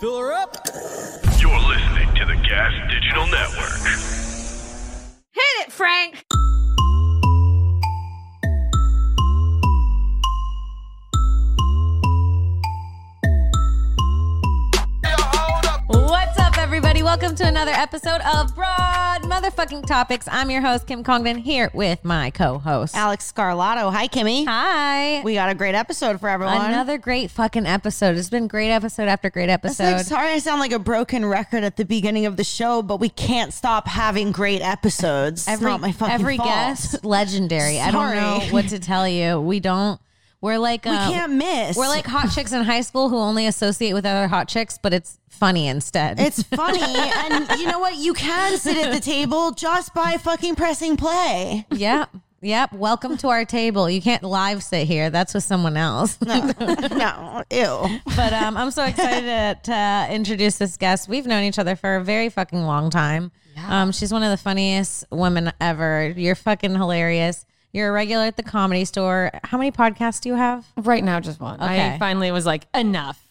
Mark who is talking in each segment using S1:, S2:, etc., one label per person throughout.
S1: Fill her up.
S2: You're listening to the Gas Digital Network.
S3: Hit it, Frank. What's up, everybody? Welcome to another episode of Broad Motherfucking Topics. I'm your host, Kim Congdon, here with my co host.
S4: Alex Scarlato. Hi, Kimmy.
S3: Hi.
S4: We got a great episode for everyone.
S3: Another great fucking episode. It's been great episode after great
S4: It's
S3: episode.
S4: like, sorry, I sound like a broken record at the beginning of the show, but we can't stop having great episodes. It's not my fucking
S3: every
S4: fault.
S3: guest legendary. I don't know
S4: Sorry.
S3: what to tell you. We don't. We're like uh,
S4: We can't miss.
S3: We're like hot chicks in high school who only associate with other hot chicks, but it's funny instead.
S4: It's funny, and you know what? You can sit at the table just by fucking pressing play.
S3: yep, yep. Welcome to our table. You can't live sit here. That's with someone else.
S4: No, ew.
S3: but um, I'm so excited to, to introduce this guest. We've known each other for a very fucking long time. Um, she's one of the funniest women ever. You're fucking hilarious. You're a regular at the comedy store. How many podcasts do you have?
S5: Right now, just one.
S3: Okay.
S5: I finally was like, enough.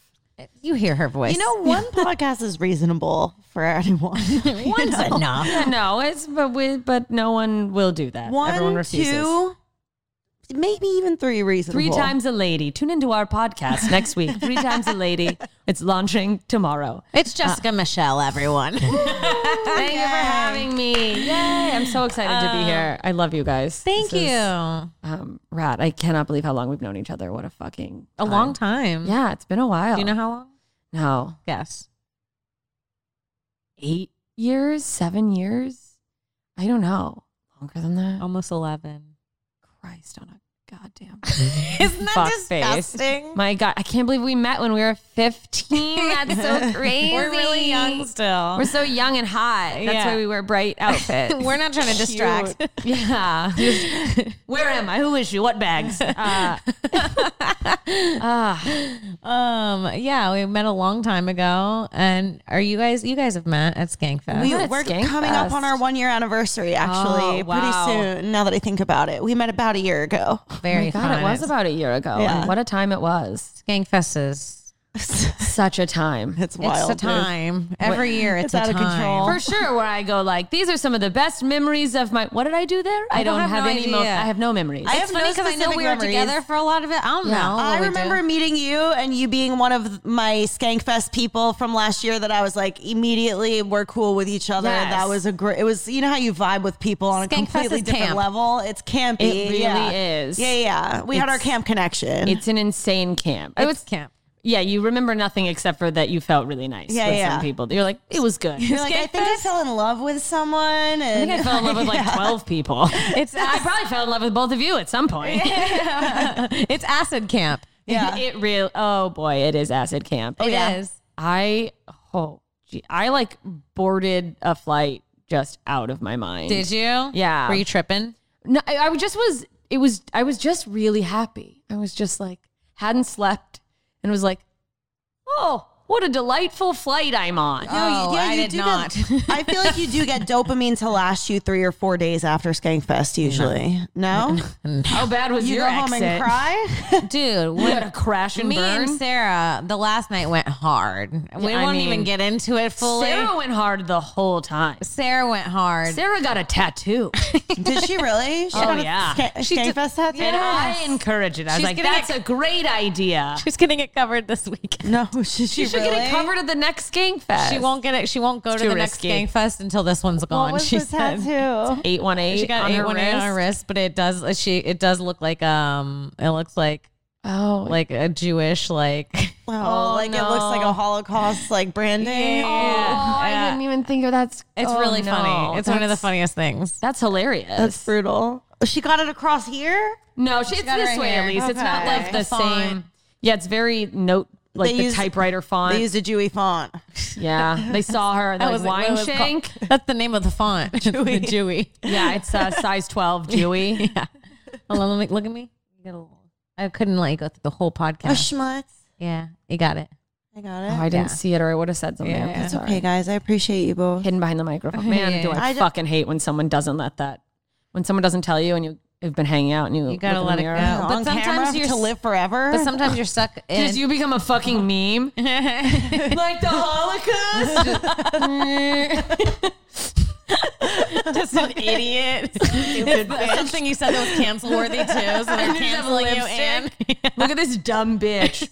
S3: You hear her voice.
S4: You know, one podcast is reasonable for anyone.
S3: one's enough.
S5: Yeah, no, it's but we, but no one will do that. Everyone
S4: One,
S5: refuses.
S4: two, maybe even three reasonable.
S5: Three times a lady. Tune into our podcast next week. Three times a lady. It's launching tomorrow.
S3: It's Jessica Michelle, everyone.
S5: Thank you for having me. Yay! I'm so excited to be here. I love you guys.
S3: Thank
S5: This
S3: you.
S5: is,
S3: a
S5: um, Rat. I cannot believe how long we've known each other. What a fucking time.
S3: long time.
S5: Yeah, it's been a while.
S3: Do you know how long?
S5: No,
S3: Yes.
S5: eight years, seven years. I don't know. Longer than that.
S3: Almost 11.
S5: Christ on a goddamn.
S3: Isn't that
S5: fuck
S3: disgusting?
S5: face. My God, I can't believe we met when we were 15. That's so crazy.
S3: We're really young still.
S5: We're so young and hot. That's
S3: Yeah.
S5: why we wear bright outfits.
S3: We're, not trying to distract.
S5: yeah. Where am I? Who is she? What bags? Uh, Ah,
S3: Um, yeah, we met a long time ago. And are you guys, you guys have met at Skankfest.
S4: We,
S5: Not at
S4: we're
S5: Skankfest.
S4: coming up on our one year anniversary, actually,
S5: Oh, wow.
S4: pretty soon. Now that I think about it, we met about a year ago.
S3: Very
S5: my God,
S3: fun.
S5: it was about a year ago.
S4: Yeah.
S5: And what a time it was.
S3: Skankfest is,
S5: Such a time.
S4: It's
S3: it's
S4: wild.
S3: a time. Every year it's,
S4: It's
S3: a
S4: out of
S3: time.
S4: control.
S5: For sure, where I go like, these are some of the best memories of my. What did I do there? I,
S3: don't
S5: don't
S3: have
S5: have,
S3: no
S5: any. Mo- I
S3: idea.
S5: have no memories.
S4: I
S3: It's
S4: have
S3: funny
S4: no
S3: because I know
S4: specific
S3: we were
S4: memories.
S3: together for a lot of it. I don't
S5: Yeah.
S3: know. what
S4: I
S3: we did.
S4: remember meeting you and you being one of my Skankfest people from last year that I was like immediately we're cool with each other.
S5: Yes.
S4: That was a great it was you know how you vibe with people on
S3: Skankfest
S4: a completely
S3: is
S4: different
S3: camp.
S4: level. It's campy.
S5: It really
S4: yeah.
S5: is.
S4: Yeah, yeah. We had our camp connection.
S5: It's an insane camp. I
S3: It's
S5: was,
S3: camp.
S5: yeah, you remember nothing except for that you felt really nice
S4: Yeah,
S5: with
S4: yeah.
S5: some people. You're like, it was good.
S4: You're like, I think I fell in love with someone and
S5: I think I fell in love with like 12 people. It's I probably fell in love with both of you at some point.
S3: It's acid camp.
S4: yeah.
S5: It real oh boy, it is acid camp.
S3: It is.
S4: yeah.
S5: I oh gee, I like boarded a flight just out of my mind.
S3: Did you?
S5: Yeah.
S3: Were you tripping?
S5: No, I, I just was. It was. I was just really happy. I was just like hadn't slept and was like, oh, what a delightful flight I'm on.
S3: Oh, I did
S4: do get-
S3: not.
S4: I feel like you do get dopamine to last you three or four days after Skankfest usually. No?
S5: How bad was
S4: You
S5: your
S4: go home and
S5: exit?
S4: cry?
S3: Dude,
S5: You
S3: when
S5: had a crash and
S3: me
S5: burn.
S3: and Sarah, the last night went hard. We
S5: I
S3: won't even
S5: mean,
S3: get into it fully.
S5: Sarah
S3: Sarah,
S5: went hard the whole time.
S3: went hard.
S5: Sarah got a tattoo,
S4: Did she really? She
S5: Oh,
S4: got a
S5: yeah.
S4: Ska-
S3: She did-
S4: Skankfest tattoo?
S5: and I encouraged it. I was
S3: She's
S5: like,
S3: getting
S5: "That's
S3: a-
S5: a great idea."
S3: She's getting it covered this week.
S4: No, she, she
S5: You should
S4: really?
S5: get it covered at the next gang fest.
S3: She won't get it. She won't go to
S5: too
S3: the
S5: risky.
S3: next Gangfest until this one's gone. she said.
S4: tattoo?
S5: eight one eight.
S3: She got
S5: on
S3: eight
S5: her
S3: one eight on her wrist, but it does. uh, She it does look like um. It looks like
S5: Oh, like
S3: like a Jewish like.
S4: Oh, like it looks like
S5: no.
S4: a Holocaust like branding.
S5: I
S3: Yeah.
S5: didn't even think of that.
S3: It's really funny. Oh, It's one of the funniest things.
S5: That's hilarious.
S4: That's brutal. She got it across here.
S5: No, she, it's
S3: got it
S5: this
S3: right
S5: way at
S3: here.
S5: least. It's not
S4: Okay.
S5: like the
S3: The font.
S5: same. Yeah, it's very note like
S4: They
S5: the
S4: use-
S5: typewriter font.
S4: They used a Jewy font.
S5: yeah, they saw her and they're like,
S3: what
S5: wine
S3: it was called.
S5: shank.
S3: That's the name of the font. Jewy. the Jewy.
S5: yeah, it's uh, size twelve, Dewey.
S3: Hold on, let me, look at me. You got a little- I couldn't let you go through the whole
S4: A
S3: podcast.
S4: Oh, schmutz.
S3: yeah, you got it.
S4: I got it.
S5: Oh, I didn't see it, or I would have said something.
S3: Yeah,
S5: I'm
S3: it's
S5: sorry.
S4: okay, guys. I appreciate you both.
S5: Hidden behind the microphone. Man, do I,
S4: I ju-
S5: fucking hate when someone doesn't let that. When someone doesn't tell you, and you have been hanging out, and you
S3: You gotta
S5: look in
S3: let
S5: the
S3: it
S5: mirror.
S3: go.
S4: on camera to live forever.
S3: But sometimes you're stuck in.
S5: Did you become a fucking meme?
S4: like the Holocaust.
S3: just an idiot. Stupid Something you said that was cancel worthy too. So they're canceling you in.
S5: Look at this dumb bitch.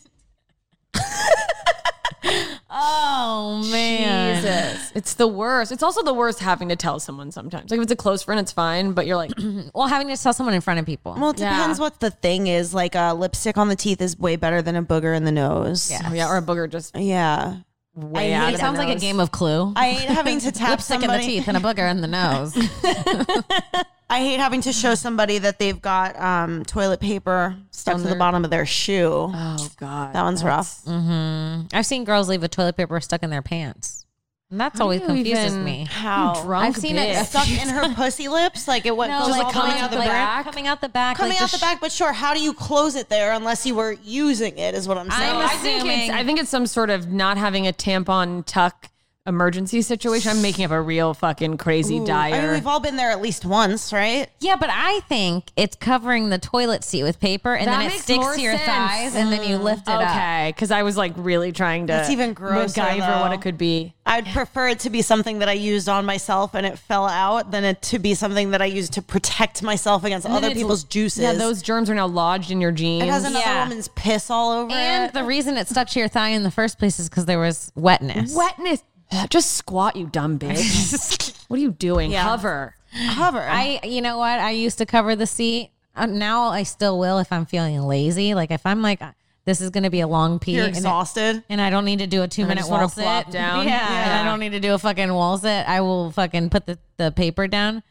S3: Oh man.
S5: Jesus. It's the worst. It's also the worst having to tell someone sometimes. Like if it's a close friend, it's fine, but you're like, oh
S3: Well, having to tell someone in front of people.
S4: Well, it depends
S5: Yeah.
S4: what the thing is. Like uh, lipstick on the teeth is way better than a booger in the nose.
S3: Yeah.
S5: oh yeah, or a booger just
S4: Yeah.
S5: way
S4: I
S5: out.
S4: hate-
S5: of
S3: it
S5: the
S3: sounds like a
S5: nose.
S3: game of Clue.
S4: I hate having to tap
S3: Lipstick
S4: somebody.
S3: in the teeth and a booger in the nose.
S4: I hate having to show somebody that they've got um, toilet paper stuck to the
S3: Mm-hmm.
S5: their-
S4: bottom of their shoe.
S5: Oh god.
S4: that one's rough.
S3: mm. I've seen girls leave a toilet paper stuck in their pants. And that's always
S5: you
S3: confuses
S5: even-
S3: me.
S4: How?
S5: Drunk
S3: I've seen it
S5: bitch.
S4: Stuck in her pussy lips, like it went
S3: No,
S4: goes
S3: like
S4: all the way
S3: coming
S4: out the
S3: like,
S4: back.
S3: Coming out the back.
S4: Coming
S3: like
S4: out the
S3: just-
S4: back, but sure. How do you close it there unless you were using it? Is what I'm saying.
S3: I'm
S5: I think it's
S3: assuming-
S5: I think it's some sort of not having a tampon tuck emergency situation. I'm making up a real fucking crazy dire.
S4: I mean, we've all been there at least once, right?
S3: Yeah, but I think it's covering the toilet seat with paper and
S5: That
S3: then it
S5: makes
S3: sticks
S5: more
S3: to your
S5: sense.
S3: thighs and then you lift it up.
S5: okay, because I was like really trying to
S4: That's even grosser,
S5: MacGyver what
S4: though.
S5: it could be.
S4: I'd prefer it to be something that I used on myself and it fell out than it to be something that I used to protect myself against
S5: And
S4: other
S5: it's-
S4: people's juices.
S5: Yeah, those germs are now lodged in your jeans.
S4: It has another
S3: Yeah.
S4: woman's piss all over
S3: And
S4: it.
S3: the reason it stuck to your thigh in the first place is because there was wetness.
S5: wetness. Just squat, you dumb bitch. what are you doing? Hover.
S4: Cover.
S3: I, you know what? I used to cover the seat. Uh, now I still will if I'm feeling lazy. Like if I'm like, this is going to be a long pee.
S4: You're
S3: and it-
S4: exhausted.
S3: and I don't need to do a two
S5: I
S3: minute
S5: just wanna
S3: wall sit.
S5: flop down.
S3: Yeah, and
S5: Yeah.
S3: I don't need to do a fucking wall sit. I will fucking put the, the paper down.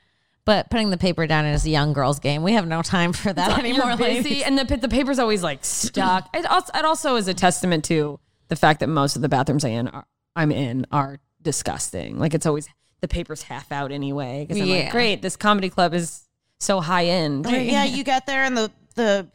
S3: But putting the paper down is a young girl's game. We have no time for that anymore.
S5: You're busy,
S3: ladies.
S5: and the pa- the paper's always like stuck. It also, it also is a testament to the fact that most of the bathrooms I in are, I'm in are disgusting. Like it's always the paper's half out anyway. Because I'm
S3: Yeah.
S5: like, great, this comedy club is so high end.
S4: yeah, you get there and the the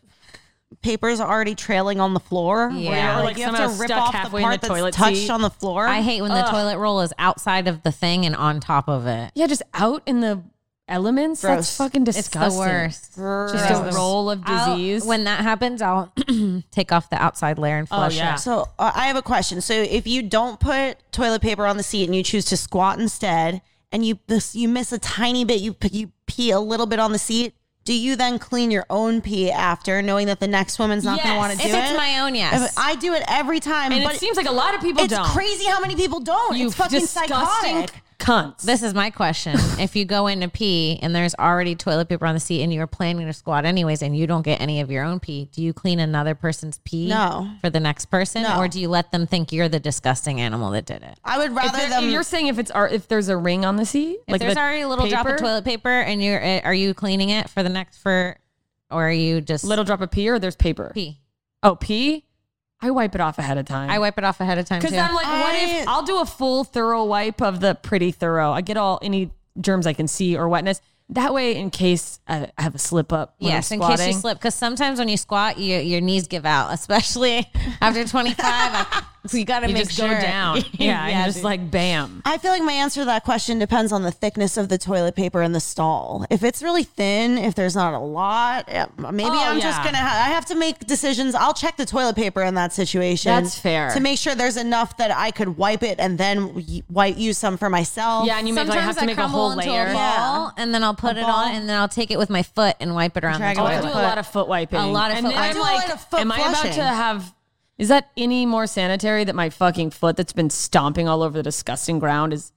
S4: papers are already trailing on the floor.
S3: Yeah.
S4: Where you're
S3: Or,
S4: like,
S5: like,
S4: you have
S5: somehow
S4: to rip
S5: stuck
S4: off
S5: halfway
S4: the
S5: in
S4: part
S5: the toilet
S4: that's touched
S5: seat.
S4: on the floor.
S3: I hate when the toilet roll is outside of the thing and on top of it.
S5: Yeah, just out in the elements.
S4: Gross.
S5: That's fucking
S3: It's
S5: disgusting.
S3: the worst.
S5: Just a roll of
S3: I'll-
S5: disease. Oh,
S3: when that happens, I'll take off the outside layer and flush
S5: yeah.
S3: it.
S4: So uh, I have a question. So if you don't put toilet paper on the seat and you choose to squat instead, and you this, you miss a tiny bit, you p- you pee a little bit on the seat. Do you then clean your own pee after, knowing that the next woman's not going
S5: Yes.
S4: to want to
S3: If
S4: do
S3: it's
S4: it?
S3: my own, yes.
S4: If- I do it every time,
S5: and
S4: but
S5: it seems like a lot of people
S4: it's
S5: don't.
S4: crazy how many people don't.
S5: You
S4: it's fucking
S5: disgusting
S4: psychotic.
S5: cunts.
S3: This is my question. if you go in to pee and there's already toilet paper on the seat and you're planning to squat anyways and you don't get any of your own pee, do you clean another person's pee
S4: No.
S3: for the next person?
S4: No.
S3: Or do you let them think you're the disgusting animal that did it?
S4: I would
S5: If
S4: rather
S5: there-
S4: them.
S5: you're saying if it's ar- if there's a ring on the seat,
S3: If
S5: like
S3: there's
S5: the
S3: already a little drop of
S5: paper,
S3: toilet paper and you're uh, are you cleaning it for the next for or are you just
S5: little drop of pee, or there's paper.
S3: pee?
S5: Oh, pee. I wipe it off ahead of time.
S3: I wipe it off ahead of time too.
S5: Because I'm like, what if
S4: I-
S5: I'll do a full thorough wipe of the pretty thorough? I get all any germs I can see or wetness. That way, in case I I have a slip up. When
S3: Yes, in
S5: I'm
S3: case you
S5: squatting.
S3: slip, because sometimes when you squat, you, your knees give out, especially after 25. I- so you got to
S5: You
S3: make
S5: just
S3: sure.
S5: go down. Yeah, and just
S3: dude.
S5: like bam.
S4: I feel like my answer to that question depends on the thickness of the toilet paper in the stall. If it's really thin, if there's not a lot, yeah, maybe
S5: Oh,
S4: I'm just
S5: yeah.
S4: gonna. Ha- I have to make decisions. I'll check the toilet paper in that situation.
S5: That's fair.
S4: to make sure there's enough that I could wipe it and then y- wipe use some for myself.
S5: Yeah, and you make, like,
S3: Sometimes
S5: have to
S3: I
S5: make a
S3: crumble
S5: whole
S3: into
S5: layer.
S3: a ball, and then I'll put it
S4: ball.
S3: on, and then I'll take it with my foot and wipe it around.
S4: Drag
S3: the
S4: it
S5: Oh,
S4: with
S3: toilet.
S5: I do a
S4: foot.
S5: lot of foot wiping.
S3: A lot of
S5: and
S3: foot
S5: then
S3: wiping. I
S5: I'm
S3: do a
S5: like,
S4: lot of foot
S5: am I about
S4: flushing.
S5: to have? Is that any more sanitary that my fucking foot that's been stomping all over the disgusting ground is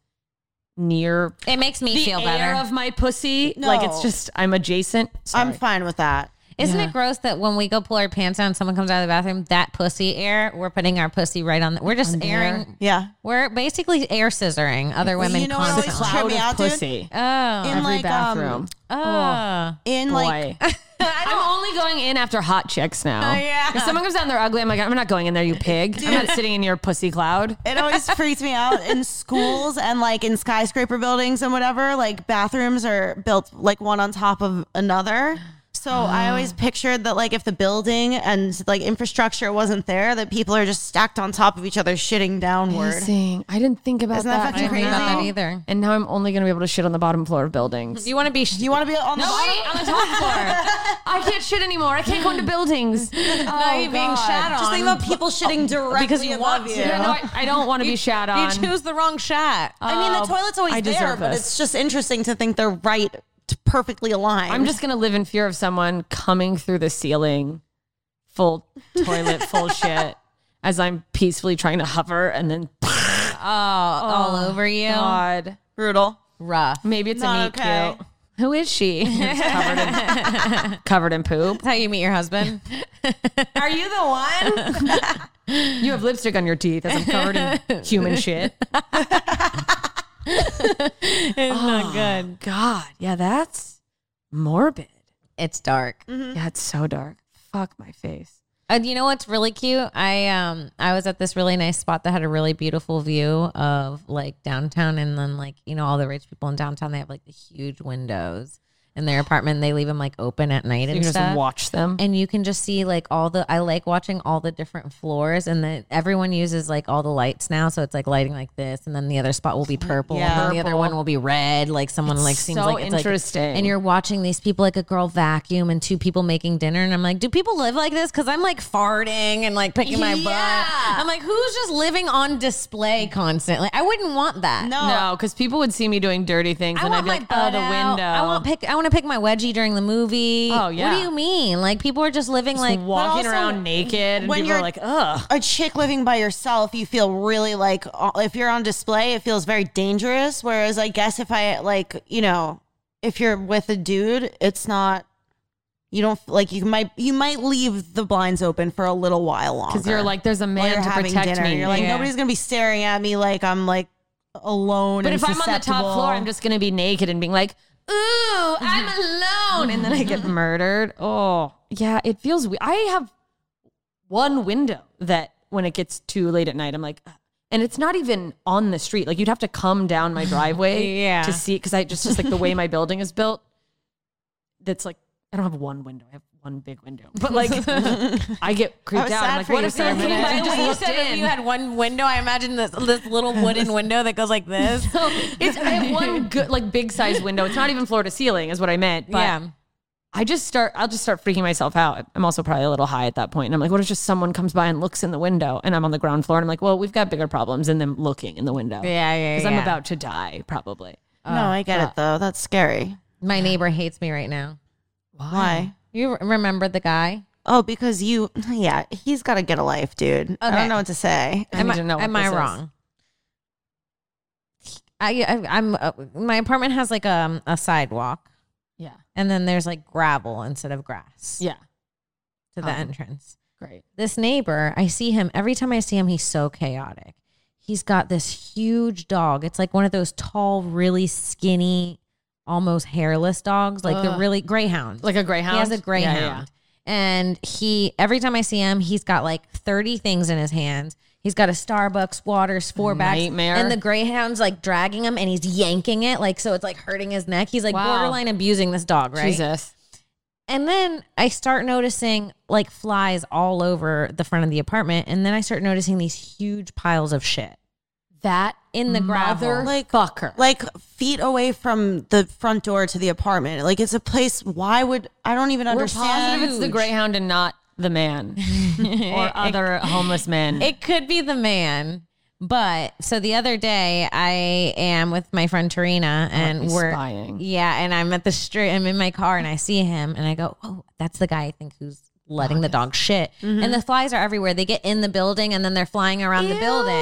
S5: near
S3: It makes me
S5: the
S3: feel better.
S5: air of my pussy? Like it's
S4: No.
S5: just I'm adjacent. Sorry.
S4: I'm fine with that.
S3: Isn't
S5: Yeah.
S3: it gross that when we go pull our pants down, someone comes out of the bathroom, that pussy air, we're putting our pussy right on. The, we're just airing.
S4: Yeah.
S3: We're basically air scissoring other women
S4: you know what always
S3: constantly.
S4: tripped-
S5: Out
S4: me
S5: of
S4: out, dude.
S5: pussy.
S3: oh,
S4: In
S5: Every
S4: like um,
S5: bathroom.
S3: oh.
S4: in um, like
S5: Boy. I'm only going in after hot chicks now.
S3: Oh, yeah.
S5: If someone comes out and they're ugly, I'm like, I'm not going in there, you pig. I'm not sitting in your pussy cloud.
S4: It always freaks me out in schools and like in skyscraper buildings and whatever. Like bathrooms are built like one on top of another. So
S5: Ah.
S4: I always pictured that like if the building and like infrastructure wasn't there, that people are just stacked on top of each other, shitting downward.
S5: Amazing. I didn't think about
S4: Isn't that
S5: that.
S4: fucking
S5: I did not.
S3: crazy? Either.
S5: And now I'm only going to be able to shit on the bottom floor of buildings.
S3: Do you want to be? Sh-
S4: You want to be on the
S5: No, wait, on the top floor. I can't shit anymore. I can't go into buildings. Oh,
S3: Are you being shat on?
S4: Just think about people shitting directly
S3: Because you
S4: above
S3: want
S4: you.
S3: to.
S5: Yeah, no, I, I don't want to be shat on.
S3: You choose the wrong shot.
S4: I mean, the
S5: Oh,
S4: toilet's always
S5: I
S4: there,
S5: deserve
S4: but
S5: this.
S4: it's just interesting to think they're right, t- perfectly aligned.
S5: I'm just gonna live in fear of someone coming through the ceiling, full toilet, full shit, as I'm peacefully trying to hover, and then
S3: all over you.
S5: God,
S4: brutal.
S3: oh, Rough.
S5: maybe it's a
S4: Not
S5: meat
S4: okay.
S5: cute. Who is she? It's covered, in, covered in poop.
S3: That's how you meet your husband.
S5: Are you the one? you have lipstick on your teeth as I'm covered in human shit.
S3: it's not good.
S5: Oh, God, yeah, that's morbid.
S3: It's dark.
S5: Yeah, it's so dark. Fuck my face.
S3: And you know what's really cute? I um I was at this really nice spot that had a really beautiful view of like downtown and then like you know all the rich people in downtown they have like the huge windows in their apartment. They leave them like open at night
S5: You
S3: and
S5: can
S3: stuff.
S5: just watch them.
S3: and you can just see like all the I like watching all the different floors and then everyone uses like all the lights now so it's like lighting like this and then the other spot will be purple and then the other one will be red like someone like seems
S5: Mm-hmm. so
S3: like it's
S5: interesting.
S3: like, and you're watching these people like a girl vacuum and two people making dinner and I'm like do people live like this cuz I'm like farting and like picking my
S5: Yeah.
S3: butt I'm like who's just living on display constantly I wouldn't want that
S4: No.
S5: No, because people would see me doing dirty things,
S3: I
S5: and I'd
S3: want
S5: be
S3: my
S5: like, "Oh,
S3: butt
S5: the
S3: out.
S5: window."
S3: I want pick. I want to pick my wedgie during the movie.
S5: Oh,
S3: What
S5: yeah.
S3: do you mean? Like people are just living like
S5: walking
S4: also,
S5: around naked, and
S4: when
S5: people
S4: you're-
S5: are like, "Ugh."
S4: a chick living by yourself, you feel really like uh, if you're on display, it feels very dangerous. Whereas I guess if I like, you know, if you're with a dude, it's not. You don't like you might you might leave the blinds open for a little while longer
S5: Because you're like, "There's a
S4: while
S5: man
S4: you're
S5: to
S4: having
S5: protect
S4: dinner.
S5: me."
S4: You're like
S5: Yeah.
S4: nobody's gonna be staring at me like I'm like alone.
S5: But
S4: and
S5: if I'm on the top
S4: susceptible.
S5: floor, I'm just gonna be naked and being like, "Ooh, I'm alone," and then I get murdered. Oh, yeah, it feels. We- I have one window that when it gets too late at night, I'm like. "Ugh." And it's not even on the street. Like you'd have to come down my driveway
S3: Yeah.
S5: to see because I just just like the way my building is built. That's like I don't have one window. I have one big window. But like I get creeped
S4: was
S5: out. I'm
S4: sad
S5: like,
S4: for
S5: what
S4: you,
S5: if someone
S4: Sarah, but
S5: came by
S4: I
S5: and just
S3: When you
S5: looked
S3: said if
S5: in?
S3: you had one window, I imagine this this little wooden window that goes like this.
S5: So it's I have one good like big size window. It's not even floor to ceiling is what I meant. But
S3: yeah.
S5: I just start I'll just start freaking myself out. I'm also probably a little high at that point. And I'm like, what if just someone comes by and looks in the window and I'm on the ground floor and I'm like, well, we've got bigger problems than them looking in the window.
S3: Yeah, yeah,
S5: Because
S3: yeah.
S5: I'm about to die, probably.
S4: no, I get
S5: uh.
S4: it though. That's scary.
S3: My neighbor hates me right now.
S4: Why?
S3: You remember the guy?
S4: Oh, because you. Yeah, he's got to get a life, dude. I
S3: Okay.
S4: don't know what to say.
S5: I
S3: am
S5: need to know what
S3: am
S5: this
S3: I
S5: is.
S3: wrong? I, I I'm uh, my apartment has like um, a sidewalk
S5: Yeah.
S3: and then there's like gravel instead of grass
S5: Yeah.
S3: to the entrance.
S5: Great.
S3: this neighbor, I see him every time I see him, he's so chaotic. He's got this huge dog. It's like one of those tall, really skinny, almost hairless dogs, like the really greyhound.
S5: Like a greyhound.
S3: He has a greyhound.
S5: Yeah, yeah.
S3: And he every time I see him, he's got like 30 things in his hands. He's got a Starbucks, waters, four bags.
S5: Nightmare.
S3: And the greyhound's like dragging him and he's yanking it, like so it's like hurting his neck. He's like
S5: Wow.
S3: borderline abusing this dog, right?
S5: Jesus.
S3: And then I start noticing like flies all over the front of the apartment. And then I start noticing these huge piles of shit
S5: That
S3: in the gravel.
S4: Like-
S5: fucker.
S4: like feet away from the front door to the apartment. Like it's a place. Why would I don't even
S5: We're
S4: understand?
S5: positive it's the greyhound and not the man or other homeless man.
S3: it could be the man. But so the other day, I am with my friend Tarina, and
S5: be
S3: we're
S5: spying.
S3: yeah, and I'm at the street. I'm in my car, and I see him, and I go, "Oh, that's the guy I think who's letting the dog shit." And the flies are everywhere. They get in the building, and then they're flying around the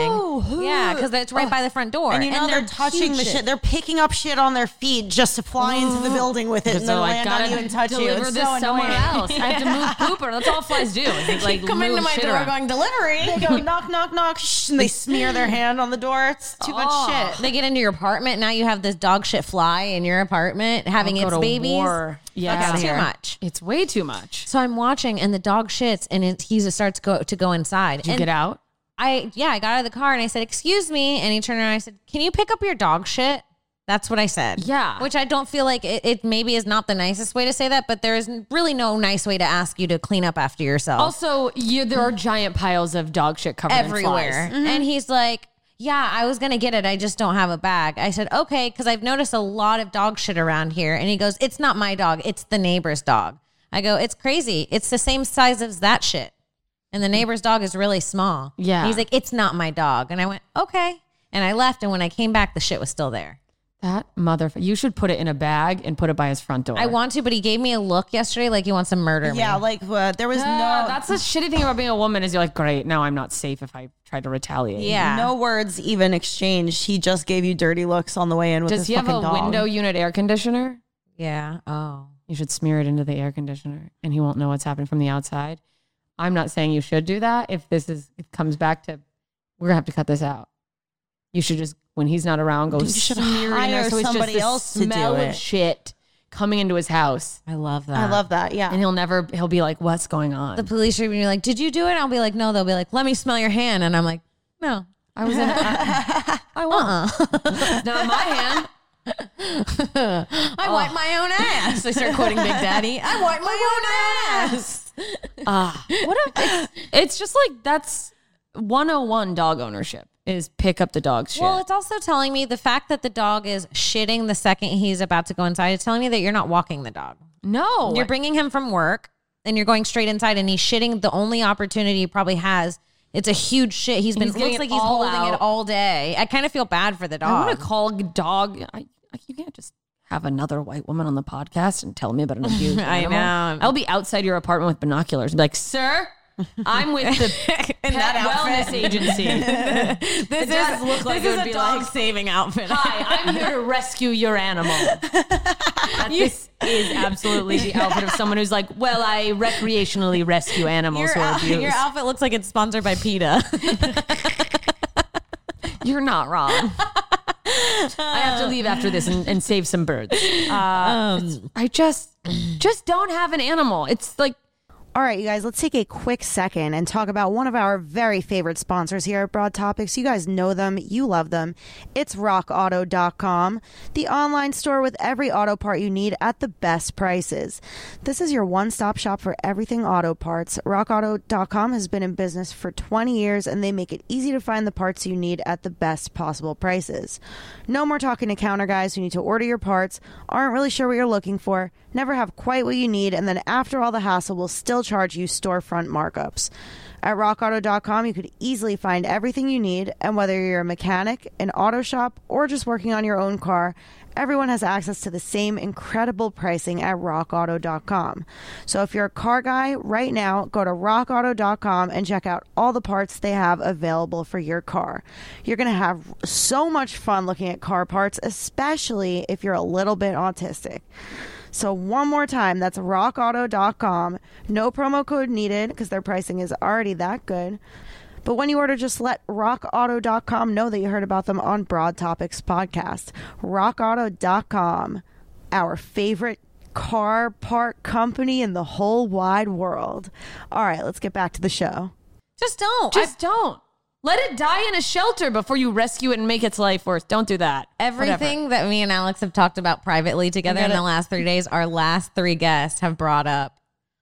S3: building. Yeah, because it's right by the front door,
S4: And you know they're, touching
S3: huge
S4: the shit. They're picking up shit on their feet just to fly into the building with it and then
S5: So I
S4: land
S5: gotta
S4: on you and touch you.
S5: deliver
S4: It's
S5: this
S4: so
S5: somewhere
S4: annoying.
S5: else. I have to move pooper. That's all flies do. is they, like
S3: come into
S5: move
S3: my
S5: shit
S3: door
S5: around.
S3: going delivery.
S4: They go knock, knock, knock, shh, and they smear their hand on the door. It's too much shit.
S3: They get into your apartment. Now you have this dog shit fly in your apartment having
S5: I'll
S3: its
S5: go to
S3: babies.
S5: war. Yeah.
S3: It's too much.
S5: It's way too much.
S3: So I'm watching, and the dog shits, and it, he starts go to go inside.
S5: you
S3: and
S5: get out?
S3: I yeah, I got out of the car and I said, "Excuse me," and he turned around. and I said, "Can you pick up your dog shit?" That's what I said.
S5: Yeah.
S3: which I don't feel like it, it. Maybe is not the nicest way to say that, but there is really no nice way to ask you to clean up after yourself
S5: Also, you, there are giant piles of dog shit covered in
S3: everywhere.
S5: flies.
S3: And he's like, "Yeah, I was gonna get it. I just don't have a bag." I said, "Okay," because I've noticed a lot of dog shit around here. And he goes, "It's not my dog. It's the neighbor's dog." I go, "It's crazy. It's the same size as that shit." And the neighbor's dog is really small.
S5: Yeah.
S3: He's like, it's not my dog. And I went, okay. And I left. And when I came back, the shit was still there.
S5: That motherfucker. You should put it in a bag and put it by his front door.
S3: I want to, but he gave me a look yesterday like he wants to murder
S4: Yeah,
S3: me.
S4: like uh, there was no
S5: Ah, that's the shitty thing about being a woman is you're like, great, now I'm not safe if I try to retaliate.
S3: Yeah.
S4: no words even exchanged. He just gave you dirty looks on the way in with
S5: Does
S4: his
S5: he have
S4: fucking
S5: a
S4: dog.
S5: window unit air conditioner?
S3: Yeah. Oh.
S5: You should smear it into the air conditioner and he won't know what's happened from the outside. I'm not saying you should do that. If this is, it comes back to, we're gonna have to cut this out. You should just, when he's not around, go
S4: You should
S5: smear it in there.
S4: hire
S5: So it's just
S4: somebody
S5: the
S4: else to do
S5: smell of
S4: it.
S5: shit coming into his house.
S3: I love that.
S4: I love that. Yeah.
S5: And he'll never, he'll be like, what's going on?
S3: the police should be like, did you do it? I'll be like, no. They'll be like, let me smell your hand. And I'm like, no.
S5: I was in, I, I won't. Uh-uh. Not in my hand.
S3: I wipe my own ass. I start quoting Big Daddy. I wipe my own ass.
S5: Ah, what a, it's, it's just like that's 101 dog ownership is pick up the dog shit.
S3: Well, it's also telling me the fact that the dog is shitting the second he's about to go inside. It's telling me that you're not walking the dog.
S5: no,
S3: You're bringing him from work and you're going straight inside and he's shitting the only opportunity he probably has. It's a huge shit. He's been
S5: He's getting
S3: looks like
S5: it
S3: he's
S5: all
S3: holding
S5: out.
S3: it all day. I kind of feel bad for the
S5: I want
S3: dog.
S5: to call dog. I, I, you can't just have another white woman on the podcast and tell me about an abused
S3: I
S5: animal.
S3: know.
S5: I'll be outside your apartment with binoculars and be like, sir, I'm with the
S3: In
S5: pet
S3: that outfit.
S5: wellness agency.
S3: this
S5: does look like it
S3: this is
S5: would
S3: a
S5: be
S3: dog
S5: like-
S3: saving outfit.
S5: Hi, I'm here to rescue your animal. That this is absolutely the outfit of someone who's like, well, I recreationally rescue animals
S3: Your,
S5: who are
S3: out-
S5: abused.
S3: your outfit looks like it's sponsored by PETA.
S5: You're not wrong. I have to leave after this and, and save some birds. Uh, it's- I just, just don't have an animal. It's like
S4: All right, you guys, let's take a quick second and talk about one of our very favorite sponsors here at Broad Topics. You guys know them, you love them. It's rockauto.com, the online store with every auto part you need at the best prices. This is your one stop shop for everything auto parts. Rockauto.com has been in business for 20 years and they make it easy to find the parts you need at the best possible prices. No more talking to counter guys who need to order your parts, aren't really sure what you're looking for, never have quite what you need, and then after all the hassle will still charge you storefront markups. At rockauto.com, you could easily find everything you need, and whether you're a mechanic, an auto shop, or just working on your own car, everyone has access to the same incredible pricing at rockauto.com. So if you're a car guy right now, go to rockauto.com and check out all the parts they have available for your car. You're going to have so much fun looking at car parts, especially if you're a little bit autistic. So one more time, that's rockauto.com. No promo code needed because their pricing is already that good. But when you order, just let rockauto.com know that you heard about them on Broad Topics podcast. rockauto.com, our favorite car part company in the whole wide world. All right, let's get back to the show.
S3: Just
S4: Oh,
S3: don't.
S5: Just don't. Let it die in a shelter before you rescue it and make its life worse. Don't do that.
S3: Everything that me and Alex have talked about privately together in the last three days, our last three guests have brought up.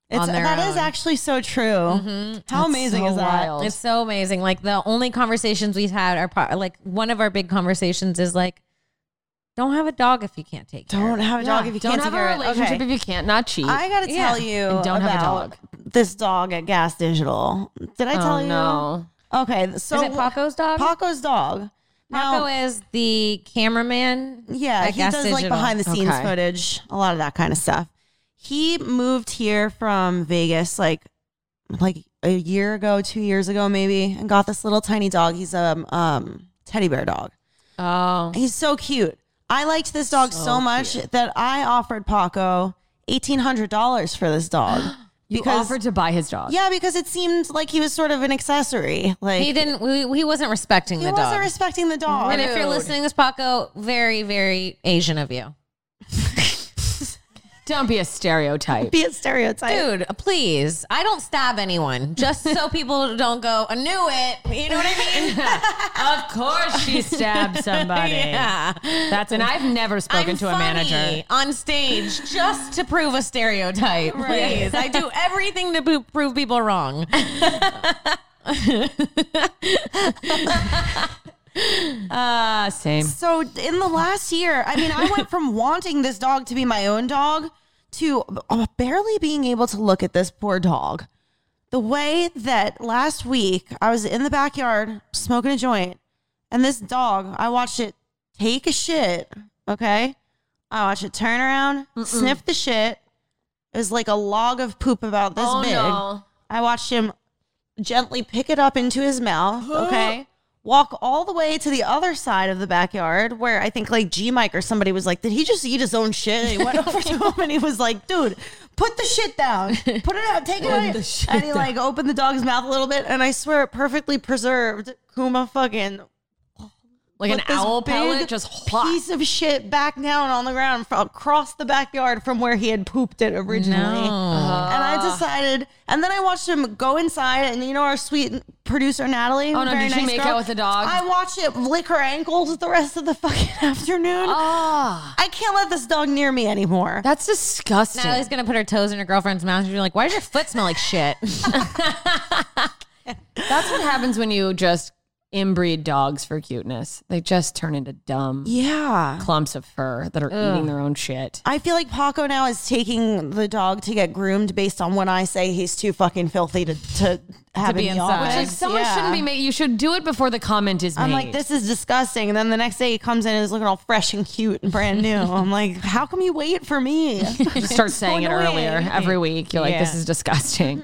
S4: It's,
S3: On their
S4: that is
S3: own.
S4: actually so true. How amazing
S5: so
S4: is that?
S5: wild.
S3: It's so amazing. Like the only conversations we've had are pro- like one of our big conversations is like, don't have a dog if you can't take care.
S4: Don't have a dog if you
S5: don't
S4: can't
S5: have
S4: take care
S5: a
S4: of it.
S5: relationship
S4: Okay.
S5: if you can't. Not cheat.
S4: I gotta
S3: Yeah.
S4: tell you
S5: And don't have a
S4: about
S5: dog.
S4: this dog at Gas Digital. Did I tell
S5: oh
S4: you?
S5: no.
S4: Okay, so
S3: Is it Paco's dog?
S4: Paco's dog.
S3: Paco
S4: Now-
S3: is the cameraman.
S4: yeah,
S3: at
S4: he
S3: Gas
S4: does like
S3: Digital.
S4: behind the scenes
S5: Okay.
S4: footage, a lot of that kind of stuff. He moved here from Vegas like like a year ago, two years ago maybe, and got this little tiny dog. He's a um, teddy bear dog.
S5: Oh.
S4: He's so cute. I liked this dog so, much that I offered Paco eighteen hundred dollars for this dog.
S5: You offered to buy his dog.
S4: Yeah, because it seemed like he was sort of an accessory. Like
S3: He didn't. We, he wasn't respecting
S4: He
S3: the
S4: wasn't
S3: dog.
S4: respecting the dog.
S3: and if you're listening to this, Paco, very very Asian of you.
S5: Don't be a stereotype.
S4: Be a stereotype.
S3: Dude, please. I don't stab anyone just so people don't go, I knew it. You know what I mean?
S5: of course she stabbed somebody.
S3: yeah.
S5: That's and I've never spoken
S3: I'm
S5: to a
S3: funny
S5: manager.
S3: on stage just to prove a stereotype. Please. I do everything to bo- prove people wrong.
S5: Uh, same.
S4: So in the last year, I mean, I went from wanting this dog to be my own dog to uh, barely being able to look at this poor dog. The way that last week I was in the backyard smoking a joint, and this dog, I watched it take a shit. Okay, I watched it turn around, sniff the shit. It was like a log of poop about this
S5: Oh,
S4: big.
S5: no.
S4: I watched him gently pick it up into his mouth. Okay. Walk all the way to the other side of the backyard where I think like G Mike or somebody was like, Did he just eat his own shit? And he went over to him and he was like, Dude, put the shit down. Put it out. Take it out.
S5: the shit
S4: And he like opened the dog's mouth a little bit. And I swear it perfectly preserved Kuma fucking
S5: Like an
S4: with this
S5: owl
S4: big
S5: pellet just plop.
S4: piece of shit back down on the ground fro- across the backyard from where he had pooped it originally. Uh-huh. And I
S5: Uh-huh.
S4: decided, and then I watched him go inside, and you know our sweet producer Natalie.
S5: Oh, no,
S4: very
S5: did she
S4: nice
S5: make
S4: girl,
S5: out with the dog?
S4: I watched it lick her ankles the rest of the fucking afternoon.
S5: Ah,
S4: I can't let this dog near me anymore.
S5: that's disgusting.
S3: Natalie's going to put her toes in her girlfriend's mouth and be like, why does your foot smell like shit?
S5: That's what happens when you just inbreed dogs for cuteness. They just turn into dumb
S4: yeah.
S5: clumps of fur that are eating their own shit.
S4: I feel like Paco now is taking the dog to get groomed based on when I say he's too fucking filthy to, to have
S3: be
S4: in the office.
S3: inside.
S5: Like someone
S4: Yeah.
S5: shouldn't be made. You should do it before the comment is made.
S4: I'm like, this is disgusting. And then the next day he comes in and is looking all fresh and cute and brand new. I'm like, how come you wait for me?
S5: just start saying it earlier every week. You're like, this
S3: Yeah. Mm-hmm.
S5: is disgusting.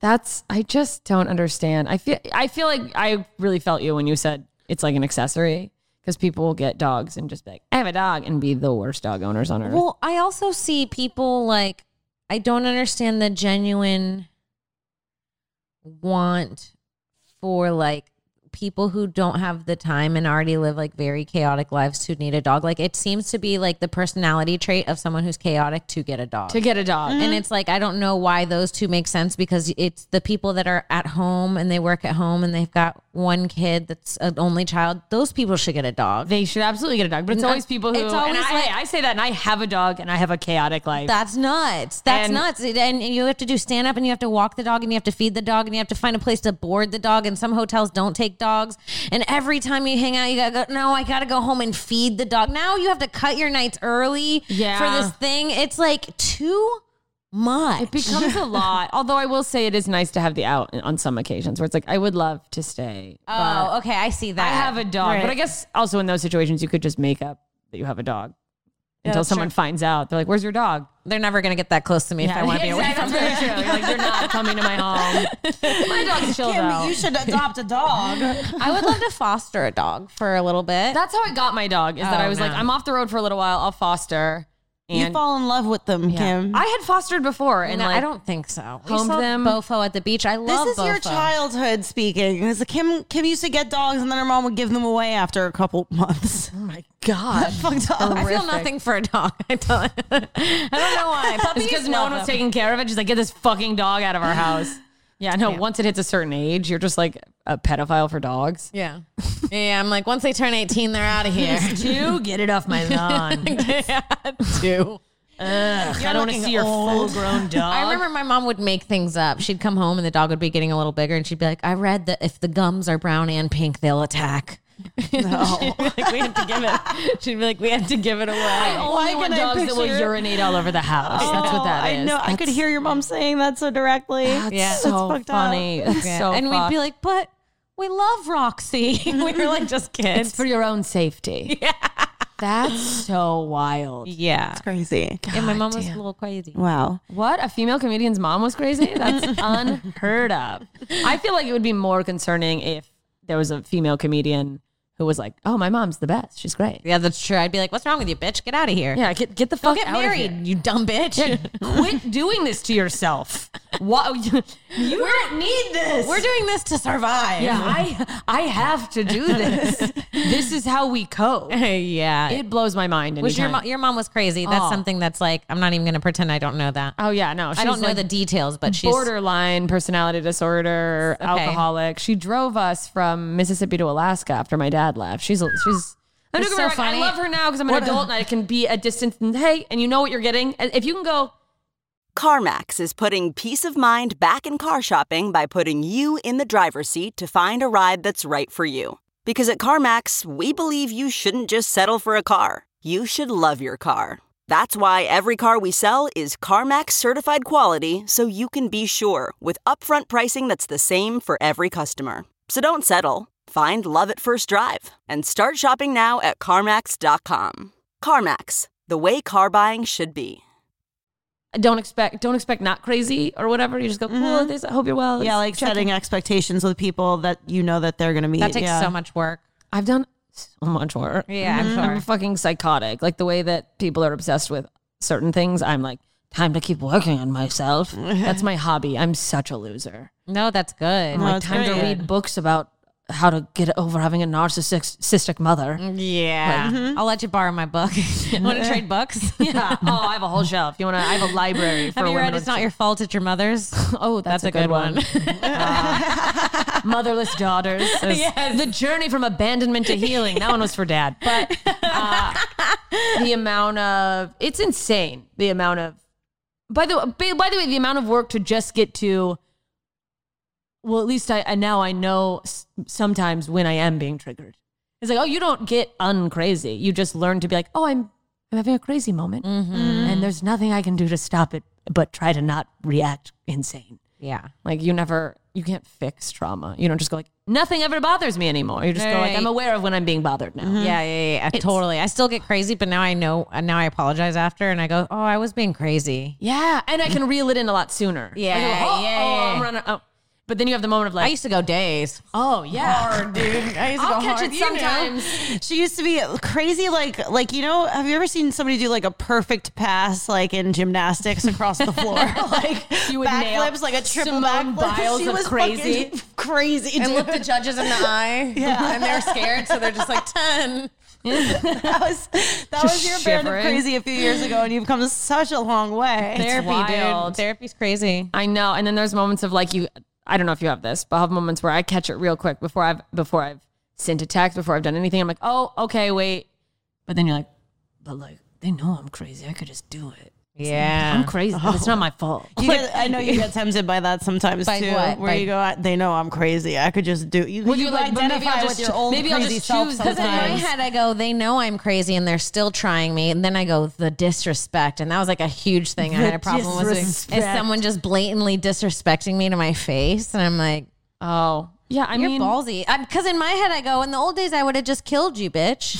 S5: That's I just don't understand. I feel I feel like I really felt you when you said it's like an accessory because people will get dogs and just be like, I have a dog and be the worst dog owners on earth.
S3: Well, I also see people like I don't understand the genuine want for like people who don't have the time and already live like very chaotic lives who need a dog. Like it seems to be like the personality trait of someone who's chaotic to get a dog.
S5: to get a dog,
S3: and it's like I don't know why those two make sense because it's the people that are at home and they work at home and they've got one kid that's an only child. Those people should get a dog.
S5: they should absolutely get a dog. But it's
S3: No,
S5: always people who.
S3: Mm-hmm. it's
S5: and
S3: always
S5: I,
S3: like-
S5: hey, I say that, and I have a dog, and I have a chaotic life.
S3: That's nuts. That's
S5: And-
S3: nuts. And, and you have to do stand up and you have to walk the dog and you have to feed the dog and you have to find a place to board the dog. And some hotels don't take dogs. And every time you hang out, you gotta go, no, I gotta go home and feed the dog. Now you have to cut your nights early
S5: Yeah.
S3: for this thing. It's like too much.
S5: It becomes a lot. Although I will say it is nice to have the out on some occasions where it's like I would love to stay. but-
S3: oh, okay. I see that.
S5: I have a dog, but I guess also in those situations you could just make up that you have a dog until someone finds out. They're like, "Where's your dog?"
S3: They're never gonna get that close to me if I wanna be away from
S5: Exactly, that's very true. You're like, "You're not coming to my home." My dog's chilled out.
S4: you should adopt a dog.
S3: I would love to foster a dog for a little bit.
S5: that's how I got my dog. Is that
S3: Oh,
S5: I was like,
S3: no.
S5: "I'm off the road for a little while. I'll foster."
S4: you
S5: And
S4: fall in love with them, Kim.
S5: I had fostered before,
S3: Mm-hmm.
S5: and
S3: No,
S5: like,
S3: I don't think so. We
S5: homed
S3: saw
S5: them.
S3: Bofo at the beach. I
S4: this
S3: love
S4: is your
S3: Bofo.
S4: childhood speaking. It's like Kim, Kim used to get dogs and then her mom would give them away after a couple months.
S5: Oh my god,
S4: Fucked up.
S3: I feel
S5: Horrific.
S3: nothing for a dog. I don't, I don't know why. Puppies
S5: because no
S3: love
S5: one was
S3: them.
S5: taking care of it. She's like, "Get this fucking dog out of our house." Yeah, no. Once it hits a certain age, you're just like a pedophile for dogs.
S3: Yeah. Yeah. I'm like, once they turn 18, they're out of here.
S5: You get it off my lawn.
S3: Two.
S5: I don't want to see your full grown dog.
S3: I remember my mom would make things up. She'd come home and the dog would be getting a little bigger and she'd be like, I read that if the gums are brown and pink, they'll attack. No. like, we have to give it. She'd be like, we have to give it
S5: I
S3: away.
S4: Why
S5: only
S4: can
S5: want
S4: I
S5: dogs that will
S4: picture-
S5: urinate all over the house. That's what that is.
S4: I know. I could hear your mom saying that so directly.
S3: Yeah.
S5: That's so
S4: fucked up.
S5: funny. That's
S3: Yeah.
S5: so
S3: and we'd
S5: fucked.
S3: be like, but we love Roxy. we were like just kids.
S5: it's for your own safety. Yeah. That's so wild.
S3: yeah.
S4: Crazy.
S3: And my mom was a little crazy.
S4: Wow.
S5: What? A female comedian's mom was crazy? That's unheard of. I feel like it would be more concerning if there was a female comedian who was like, "Oh, my mom's the best. She's great.
S3: Yeah, that's true. I'd be like, what's wrong with you, bitch? Get out of here.
S5: Yeah, get get the
S3: Go
S5: fuck
S3: get
S5: out of
S3: married, you dumb bitch.
S5: here. Quit doing this to yourself. Why you don't need this.
S3: We're doing this to survive.
S5: yeah, I I have to do this. this is how we cope.
S3: yeah.
S5: It blows my mind.
S3: was your, mo-
S5: anytime.
S3: your mom was crazy. That's
S5: Oh.
S3: something that's like, I'm not even going to pretend I don't know that.
S5: Oh yeah, no.
S3: I don't know the
S5: the
S3: details, but she's.
S5: borderline personality disorder,
S3: Okay.
S5: alcoholic. She drove us from Mississippi to Alaska after my dad left. She's she's. I,
S3: It's so
S5: I
S3: funny.
S5: love her now because I'm an
S3: What a-
S5: adult and I can be at distance and hey, and you know what you're getting. And If you can go,
S6: CarMax is putting peace of mind back in car shopping by putting you in the driver's seat to find a ride that's right for you. Because at CarMax, we believe you shouldn't just settle for a car, you should love your car. That's why every car we sell is CarMax certified quality so you can be sure with upfront pricing that's the same for every customer. So don't settle. Find love at first drive and start shopping now at CarMax.com. CarMax, the way car buying should be.
S5: don't expect don't expect not crazy or whatever. You just go, cool. This, I hope you're well.
S4: Yeah, like
S5: Check
S4: setting expectations with people that you know that they're going to meet.
S3: that takes
S4: yeah.
S3: so much work.
S5: I've done so much work. Mm-hmm.
S3: Yeah, I'm
S5: I'm
S3: sure.
S5: fucking psychotic. Like the way that people are obsessed with certain things, I'm like, time to keep working on myself. That's my hobby. I'm such a loser.
S3: No, that's good.
S4: No,
S5: like
S4: it's
S5: time to
S4: great.
S5: read books about how to get over having a narcissistic mother.
S3: yeah. I'll let you borrow my book. Want to trade books?
S5: Yeah. Oh, I have a whole shelf. You want to? I have a library for
S3: Have you
S5: women
S3: read
S5: with
S3: It's Not Your Fault, It's Your Mother's?
S5: Oh, that's, a, good, one. Uh, motherless daughters. The journey from abandonment to healing. That one was for dad. But uh, the amount of it's insane. The amount of by the by, by the way, the amount of work to just get to. Well, at least I, I now I know s- sometimes when I am being triggered. It's like, oh, you don't get uncrazy. You just learn to be like, oh, I'm I'm having a crazy moment, and there's nothing I can do to stop it, but try to not react insane.
S3: Yeah.
S5: Like you never, you can't fix trauma. You don't just go like nothing ever bothers me anymore. You just go like
S3: Right.
S5: I'm aware of when I'm being bothered now.
S3: Yeah, yeah, yeah. Totally. I still get crazy, but now I know. And now I apologize after, and I go, "Oh, I was being crazy."
S5: Yeah, and I can reel it in a lot sooner.
S3: Yeah,
S5: I go, oh,
S3: yeah,
S5: oh,
S3: yeah.
S5: I'm running. Oh. But then you have the moment of like,
S3: I used to go days.
S5: oh yeah,
S4: dude. I used to
S5: I'll
S4: go
S5: catch
S4: hard.
S5: it
S4: You know.
S5: sometimes.
S4: She used to be crazy, like like you know. Have you ever seen somebody do like a perfect pass, like in gymnastics across the floor, like
S5: You would nail
S4: backflips, like a triple
S5: Simone
S4: backflip?
S5: Biles
S4: she
S5: of
S4: was
S5: crazy.
S4: fucking crazy.
S3: And
S4: dude.
S3: look the judges in the eye. Yeah, and they're scared, so they're just like ten.
S4: that was that was your brand of
S5: shivering.
S4: crazy a few years ago, and you've come such a long way.
S3: Therapy,
S5: wild.
S3: dude. Therapy's crazy.
S5: I know. And then there's moments of like you. I don't know if you have this, but I have moments where I catch it real quick before I've before I've sent a text, before I've done anything. I'm like, oh, okay, wait. But then you're like, but like they know I'm crazy. I could just do it.
S3: Yeah. Oh.
S5: I'm crazy. but it's not my fault.
S4: You get, I know you get tempted by that sometimes
S3: By
S4: too,
S3: what?
S4: where
S3: By-
S4: you go, "I- they know I'm crazy. I could just do. You,
S5: Well,
S4: you
S5: you're like, but maybe
S4: identify
S5: I'll
S4: with
S5: just
S4: your
S5: cho-
S4: old
S5: maybe I'll
S4: crazy
S5: just
S4: self
S5: choose this
S3: Because in my
S4: sometimes.
S3: head, I go, they know I'm crazy and they're still trying me. And then I go, the disrespect. And that was like a huge thing I had a problem with. Is
S5: disrespect.
S3: someone just blatantly disrespecting me to my face? And I'm like,
S5: Oh, yeah. I
S3: You're
S5: mean,
S3: ballsy. Because in my head, I go, in the old days, I would have just killed you, bitch.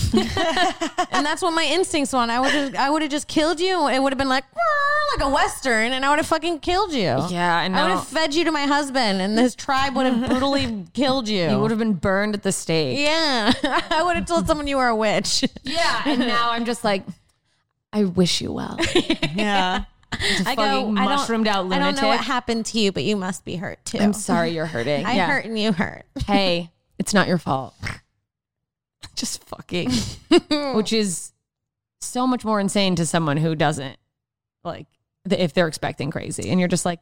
S3: and that's what my instincts want. I would have, I would have just killed you. It would have been like, "Whirr," like a western, and I would have fucking killed you.
S5: Yeah,
S3: I
S5: I
S3: would
S5: know.
S3: have fed you to my husband, and this tribe would have brutally killed you.
S5: you would have been burned at the stake.
S3: yeah, I would have told someone you were a witch.
S5: Yeah, and now I'm just like, I wish you well.
S4: yeah.
S3: I
S5: fucking
S3: I don't-
S5: mushroomed out
S3: I don't know what
S5: lunatic.
S3: happened to you, but you must be hurt too.
S5: I'm sorry you're hurting.
S3: I hurt and you hurt.
S5: Hey, it's not your fault. Just fucking, which is so much more insane to someone who doesn't like th- if they're expecting crazy, and you're just like,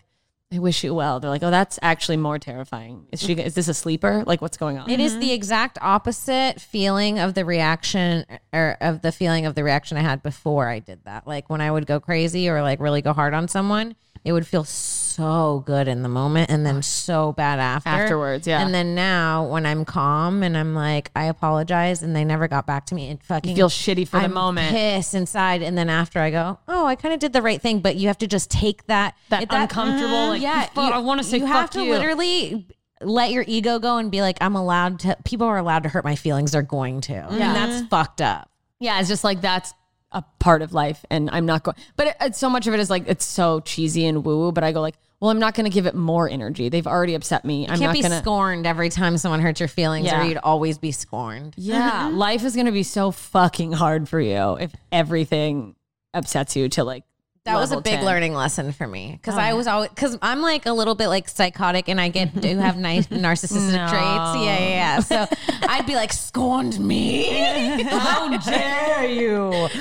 S5: I wish you well. They're like, oh, that's actually more terrifying. Is she? Is this a sleeper? Like, what's going on?
S3: It is the exact opposite feeling of the reaction or of the feeling of the reaction I had before I did that. Like when I would go crazy or like really go hard on someone, it would feel so good in the moment and then so bad after.
S5: Afterwards, yeah.
S3: And then now when I'm calm and I'm like, I apologize and they never got back to me, it fucking
S5: You feel shitty for the
S3: I'm
S5: moment.
S3: Pissed inside, and then after I go, oh, I kind of did the right thing, but you have to just take that
S5: That
S3: it-
S5: uncomfortable, like,
S3: yeah,
S5: fu- I wanna say
S3: you have
S5: fuck
S3: to
S5: you.
S3: literally let your ego go and be like, I'm allowed to. People are allowed to hurt my feelings. They're going to, and that's fucked up.
S5: Yeah, it's just like that's a part of life, and I'm not going. But it, it's so much of it is like it's so cheesy and woo woo. But I go like, well, I'm not going to give it more energy. They've already upset me. I'm
S3: can't
S5: not
S3: be
S5: going to.
S3: scorned every time someone hurts your feelings,
S5: Yeah.
S3: or you'd always be scorned.
S5: Yeah,
S3: Mm-hmm.
S5: life is going to be so fucking hard for you if everything upsets you to like.
S3: That was a
S5: level
S3: big
S5: 10.
S3: learning lesson for me because I was always because I'm like a little bit like psychotic and I get do have nice narcissistic
S5: No.
S3: traits. Yeah, yeah, yeah. So I'd be like scorned me. How dare you?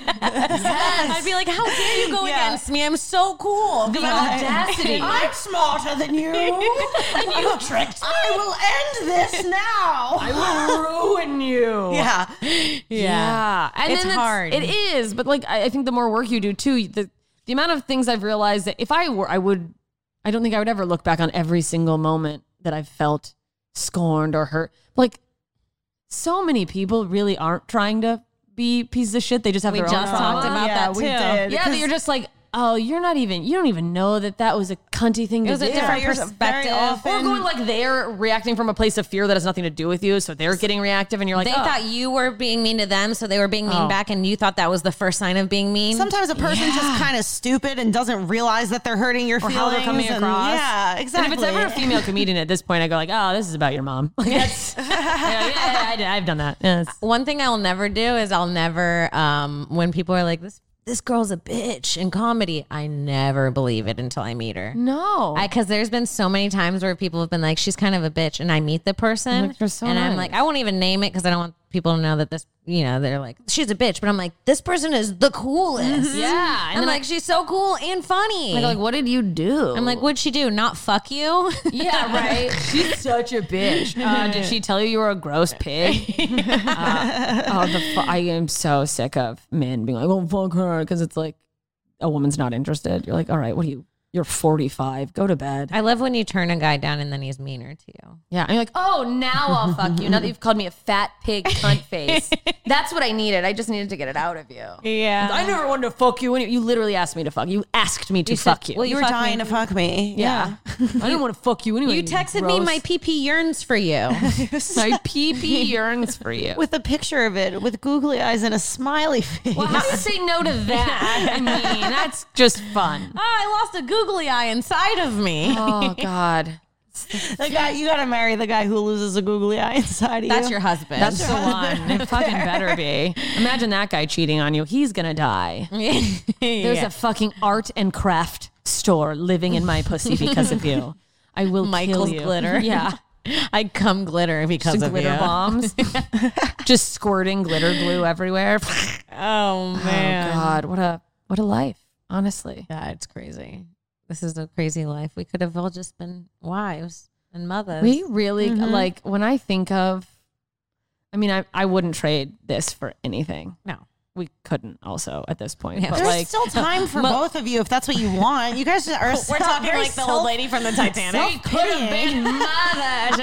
S3: I'd be like, how dare you go against me? I'm so cool. The audacity.
S4: I'm smarter than you. and you tricked me. I will end this now.
S5: ruin you. Yeah.
S4: Yeah.
S5: And
S3: It's
S5: then that's-
S3: hard.
S5: It is, but like I, I think the more work you do too, the the amount of things I've realized that if I were, I would, I don't think I would ever look back on every single moment that I've felt scorned or hurt. Like so many people really aren't trying to be pieces of shit. They just have
S3: We
S5: their
S3: just
S5: own trauma.
S3: talked about that too.
S5: Yeah, that you're just like, oh, you're not even, you don't even know that that was a cunty thing
S3: It
S5: to
S3: was a
S5: do.
S3: different
S4: you're very
S3: perspective.
S4: often-
S5: Or going like they're reacting from a place of fear that has nothing to do with you, so they're getting reactive, and you're like,
S3: They
S5: oh.
S3: thought you were being mean to them, so they were being mean
S5: Oh.
S3: back, and you thought that was the first sign of being mean.
S4: Sometimes a person's just kind of stupid and doesn't realize that they're hurting your
S5: or
S4: feelings.
S5: how they're coming
S4: and-
S5: across.
S4: Yeah, exactly.
S5: And if it's ever a female comedian at this point, I go like, oh, this is about your mom. Like, that's, yeah, yeah, yeah, I, have done that. Yeah, it's-
S3: one thing I'll never do is I'll never um when people are like this this girl's a bitch in comedy, I never believe it until I meet her.
S5: no.
S3: I cuz there's been so many times where people have been like she's kind of a bitch and I meet the person
S5: Like, you're so
S3: and I'm
S5: nice.
S3: like I won't even name it cuz I don't want people to know that this you know they're like she's a bitch but I'm like this person is the coolest.
S5: Yeah,
S3: I'm
S5: and then
S3: like
S5: I-
S3: she's so cool and funny.
S5: I go like, what did you do?
S3: I'm like what'd she do? Not fuck you?
S5: yeah, right. She's such a bitch. Uh, did she tell you you were a gross pig? Uh, oh, the fu- I am so sick of men being like, oh, fuck her, because it's like a woman's not interested. You're like, all right, what are you? You're 45. Go to bed.
S3: I love when you turn a guy down and then he's meaner to you.
S5: Yeah. I'm like, oh, now I'll fuck you. Now that you've called me a fat pig cunt face. That's what I needed. I just needed to get it out of you.
S3: Yeah.
S5: I never wanted to fuck you. You literally asked me to fuck you. Asked me to fuck Uh, you.
S3: Well,
S4: you were dying to fuck me.
S5: yeah. I didn't want to fuck you anyway.
S3: You texted me my PP yearns for you.
S5: my pee pee yearns for you.
S4: With a picture of it, with googly eyes and a smiley face.
S5: Well, how do you say no to that? I mean, that's just fun.
S3: Ah, I lost a googly eye inside of me.
S5: Oh God,
S4: the guy, you gotta marry the guy who loses a googly eye inside of
S3: That's
S4: you.
S3: your husband.
S5: that's the one. It fucking better be. Imagine that guy cheating on you. He's gonna die. There's a fucking art and craft store living in my pussy because of you. I will
S3: Michael's
S5: kill you.
S3: glitter.
S5: Yeah.
S3: I come glitter because
S5: Just
S3: of
S5: glitter
S3: you.
S5: bombs. Just squirting glitter glue everywhere. oh
S3: Oh man,
S5: God, what a what a life, honestly.
S3: that's crazy. This is a crazy life. We could have all just been wives and mothers.
S5: We really
S4: Mm-hmm.
S5: like when I think of I mean, I, I wouldn't trade this for anything.
S3: no.
S5: We couldn't also at this point. But
S4: There's
S5: like
S4: still time for both of you if that's what you want. You guys are so- very self-
S3: from the Titanic.
S4: self-pitying.
S3: mothers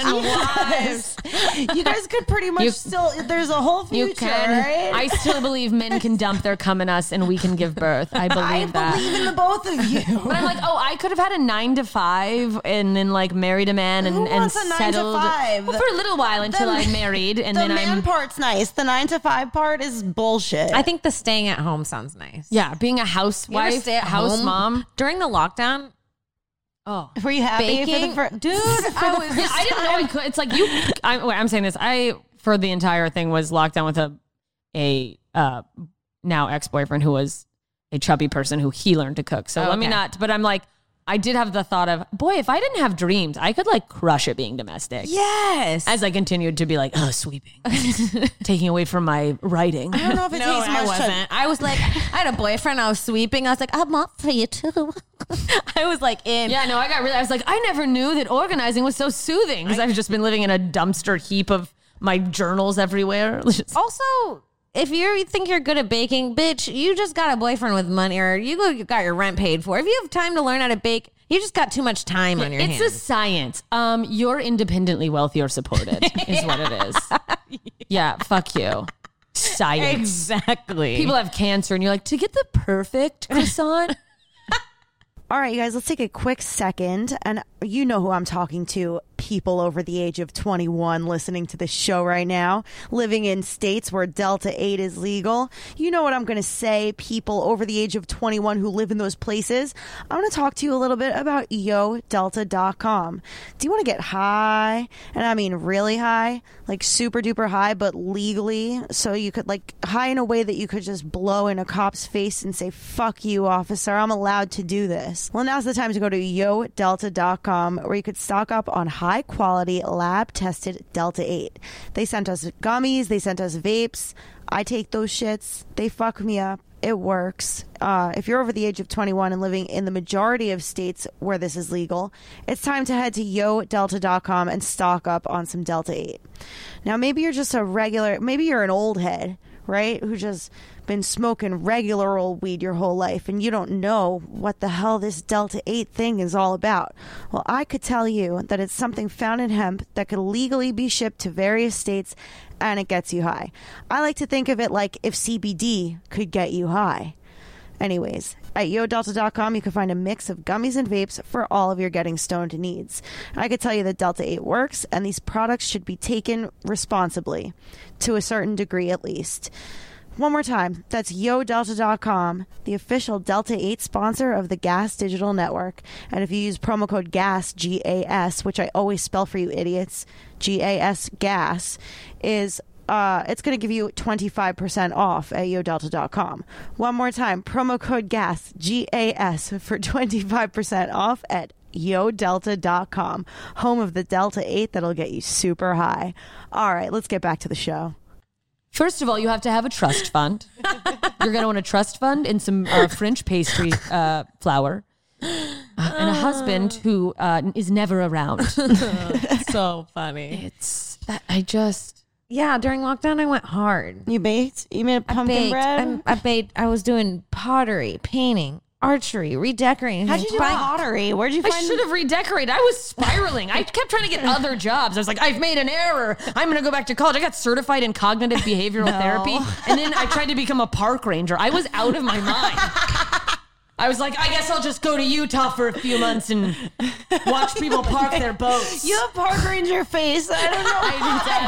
S3: and wives.
S4: you guys could pretty much
S5: You-
S4: still. There's a whole future.
S5: you can.
S4: right?
S5: I still believe men can dump their cum in us and we can give birth. I believe that.
S4: believe in the both of you.
S5: But I'm like, oh, I could have had a nine to five and then like married a man and,
S4: Who
S5: and
S4: wants a nine to
S5: settled
S4: five?
S5: Well, for a little while until
S4: The-
S5: I married and
S4: the
S5: then
S4: man
S5: I'm
S4: part's nice. The nine to five part is bullshit.
S3: I think the staying at home sounds nice.
S5: yeah, being a
S3: You ever
S5: housewife,
S3: stay at
S5: house
S3: home?
S5: mom.
S3: During the lockdown,
S5: Oh,
S4: Were you happy
S3: baking-
S4: for the first dude? For
S3: I
S4: the
S3: was-
S5: yeah, I didn't know I could. It's like you. I'm, wait, I'm saying this. I for the entire thing was locked down with a a uh, now ex boyfriend who was a chubby person who he learned to cook. So let me
S3: Oh, Okay.
S5: not. But I'm like, I did have the thought of boy, if I didn't have dreams, I could like crush it being domestic.
S3: yes,
S5: As I continued to be like, oh, sweeping, taking away from my writing.
S4: I don't know if it
S3: No,
S4: takes
S3: I
S4: much
S3: wasn't.
S4: to.
S3: I was like, I had a boyfriend. I was sweeping. I was like, I'm up for you too. I was like in.
S5: Yeah, no, I got really. I was like, I never knew that organizing was so soothing because I've just been living in a dumpster heap of my journals everywhere. Just-
S3: Also, if you think you're good at baking, bitch, you just got a boyfriend with money, or you go- you got your rent paid for. If you have time to learn how to bake, you just got too much time on your
S5: it's a
S3: hands.
S5: science. Um, you're independently wealthy or supported is what it is. yeah, fuck you. Science.
S3: exactly.
S5: People have cancer, and you're like, to get the perfect croissant.
S4: All right, you guys, let's take a quick second, and you know who I'm talking to. people over the age of 21 listening to this show right now, living in states where Delta 8 is legal. You know what I'm going to say, people over the age of 21 who live in those places. I'm going to talk to you a little bit about yodelta.com. Do you want to get high? And I mean really high, like super duper high, but legally. So you could, like, high in a way that you could just blow in a cop's face and say, fuck you, officer. I'm allowed to do this. Well, now's the time to go to yodelta.com where you could stock up on high quality lab tested Delta 8. They sent us gummies, they sent us vapes. I take those shits. They fuck me up. It works. Uh, if you're over the age of 21 and living in the majority of states where this is legal, it's time to head to yodelta.com and stock up on some Delta 8. Now, maybe you're just a regular, maybe you're an old head right? Who just been smoking regular old weed your whole life and you don't know what the hell this Delta 8 thing is all about. Well, I could tell you that it's something found in hemp that could legally be shipped to various states and it gets you high. I like to think of it like if CBD could get you high. Anyways, at yodelta.com, you can find a mix of gummies and vapes for all of your getting stoned needs. I could tell you that Delta 8 works, and these products should be taken responsibly, to a certain degree at least. One more time, that's yodelta.com, the official Delta 8 sponsor of the Gas Digital Network. And if you use promo code GAS, G A S, which I always spell for you idiots, G A S, GAS, is uh, it's going to give you 25% off at yodelta.com. One more time, promo code GAS, G A S, for 25% off at yodelta.com, home of the Delta 8 that'll get you super high. All right, let's get back to the show.
S5: First of all, you have to have a trust fund. You're going to want a trust fund and some uh, French pastry uh, flour. Uh, and a husband who uh, is never around.
S3: so funny.
S5: It's that I just
S3: Yeah, during lockdown, I went hard.
S4: You baked? You made
S3: I
S4: pumpkin
S3: baked.
S4: bread?
S3: I'm- I baked. I was doing pottery, painting, archery, redecorating.
S4: How'd you do
S3: Buying-
S4: pottery? Where'd you
S5: I
S4: find
S5: should have redecorated. I was spiraling. I kept trying to get other jobs. I was like, I've made an error. I'm going to go back to college. I got certified in cognitive behavioral therapy. And then I tried to become a park ranger. I was out of my mind. I was like, I guess I'll just go to Utah for a few months and watch people park their boats.
S4: You have park ranger face. I don't know.
S5: I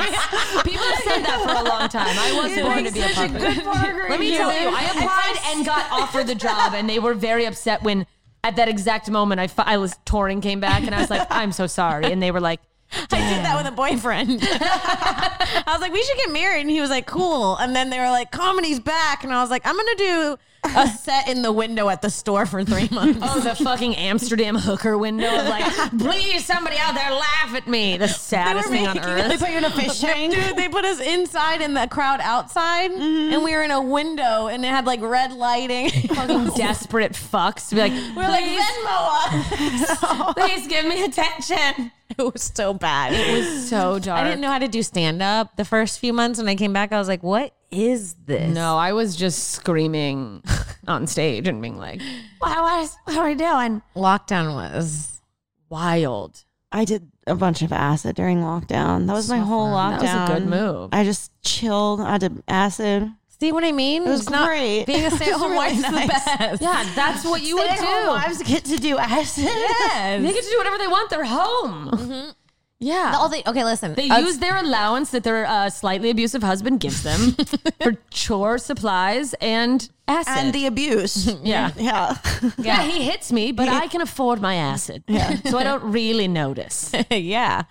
S5: did that. People have said that for a long time. I was
S4: You
S5: born
S4: make
S5: to be a
S4: such a
S5: park
S4: good
S5: ranger.
S4: park ranger.
S5: Let me tell you, I
S4: And
S5: applied
S4: I-
S5: and got offered the job, and they were very upset when, at that exact moment, I, fi- I was touring came back, and I was like, "I'm so sorry," and they were like,
S3: I did that with a boyfriend. I was like, we should get married. And he was like, cool. And then they were like, comedy's back. And I was like, I'm going to do a set in the window at the store for three months.
S5: "Oh, the fucking Amsterdam hooker window!" Of like, please, somebody out there, laugh at me. The saddest thing on
S4: They
S5: earth.
S4: put you in a fish tank.
S3: Dude, they put us inside and the crowd outside,
S5: Mm-hmm.
S3: and we were in a window, and it had like red lighting.
S5: Fucking desperate fucks to be like,
S3: We're like
S5: "Please,
S3: Venmo us.
S5: please give me attention.
S3: it was so bad.
S5: It was so dark.
S3: I didn't know how to do stand up the first few months when I came back. I was like, what is this?
S5: No, I was just screaming on stage and being like, "Wow, what are we doing?"
S3: Lockdown was.
S5: Wild.
S4: I did a bunch of acid during lockdown. That was my whole lockdown.
S5: That was a good move.
S4: I just chilled. I did acid.
S3: See what I mean? It
S4: was
S3: it's not-
S4: great.
S3: being a
S4: It was
S3: stay at home
S4: really
S3: wife's
S4: nice.
S3: the best.
S5: Yeah, that's what you would do.
S4: Stay-at-home wives get to do acid.
S5: They
S3: Yes.
S5: get to do whatever they want. They're home. Yeah.
S3: All they, okay, listen.
S5: they
S3: Uh,
S5: use their allowance that their uh, slightly abusive husband gives them for chore supplies and acid.
S4: and the abuse.
S5: yeah.
S4: yeah.
S5: yeah, he hits me, but I can afford my acid, so I don't really notice.
S3: yeah.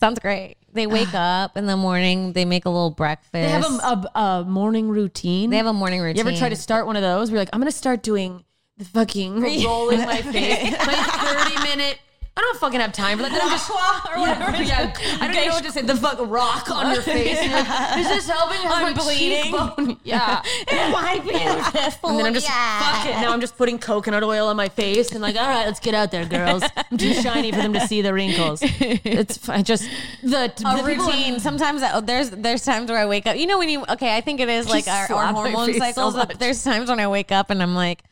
S3: Sounds great. They wake up in the morning, they make a little breakfast.
S5: They have a, a, a morning routine.
S3: They have a morning routine.
S5: You ever try to start one of those? We're like, I'm gonna start doing the fucking rolling my face, my 30 minute. I don't fucking have time for that. Then I'm just
S3: Aqua or whatever.
S5: Yeah, yeah. I don't even know what to say. The fuck rock on your face. And you're like, Is this helping? How's
S3: I'm
S5: my
S3: bleeding.
S5: cheekbone?" Yeah.
S3: Why beautiful?
S5: And then I'm just fuck it. Now I'm just putting coconut oil on my face and like, all right, let's get out there, girls. I'm too shiny for them to see the wrinkles. It's f- I just the,
S3: a
S5: the people-
S3: routine. Sometimes I, oh, there's there's times where I wake up. You know when you okay, I think it is like our, our
S5: slap my
S3: hormone
S5: face so
S3: cycles.
S5: much.
S3: there's times when I wake up and I'm like,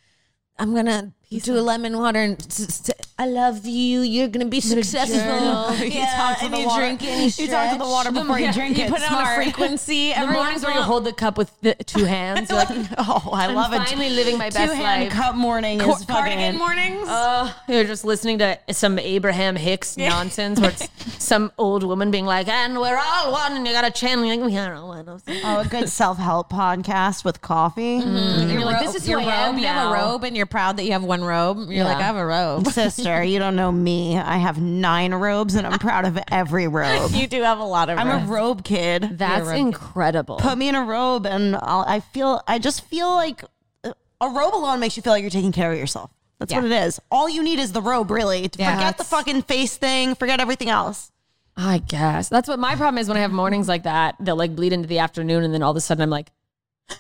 S3: I'm gonna do lemon water and s- s-
S4: I love you. You're gonna be successful.
S5: journal.
S4: Yeah,
S5: You
S3: talk to
S4: and
S3: the
S4: you
S3: water.
S4: drink it. and
S3: You talk to the water
S4: stretch.
S3: before you
S4: Yeah,
S3: drink
S4: you
S3: it.
S4: Put it on a
S3: Smart.
S4: frequency.
S5: The mornings where you hold the cup with the two hands. You're like,
S4: Oh, I
S5: I'm
S4: love it.
S5: finally living my best
S4: Two-hand
S5: life.
S4: cup morning
S3: Cor-
S4: is
S3: cardigan
S4: fucking.
S3: mornings.
S5: Uh, you're just listening to some Abraham Hicks nonsense where it's some old woman being like, and we're all one, and you gotta channel, like, we are all one. And
S4: Oh, a good self help podcast with coffee.
S3: Mm-hmm.
S5: you're like, this is who
S3: your
S5: I
S3: robe.
S5: am
S3: You have a
S5: now.
S3: robe, and you're proud that you have one robe. You're like, I have a robe.
S4: Sister, you don't know me. I have nine robes and I'm proud of every robe.
S3: you do have a lot of.
S4: I'm a
S3: robes.
S4: robe kid.
S5: That's incredible.
S4: Put me in a robe and I'll, I feel, I just feel like uh, a robe alone makes you feel like you're taking care of yourself. That's what it is. All you need is the robe, really.
S3: Yeah.
S4: forget the fucking face thing, forget everything else.
S5: I guess that's what my problem is when I have mornings like that. They'll like bleed into the afternoon, and then all of a sudden I'm like,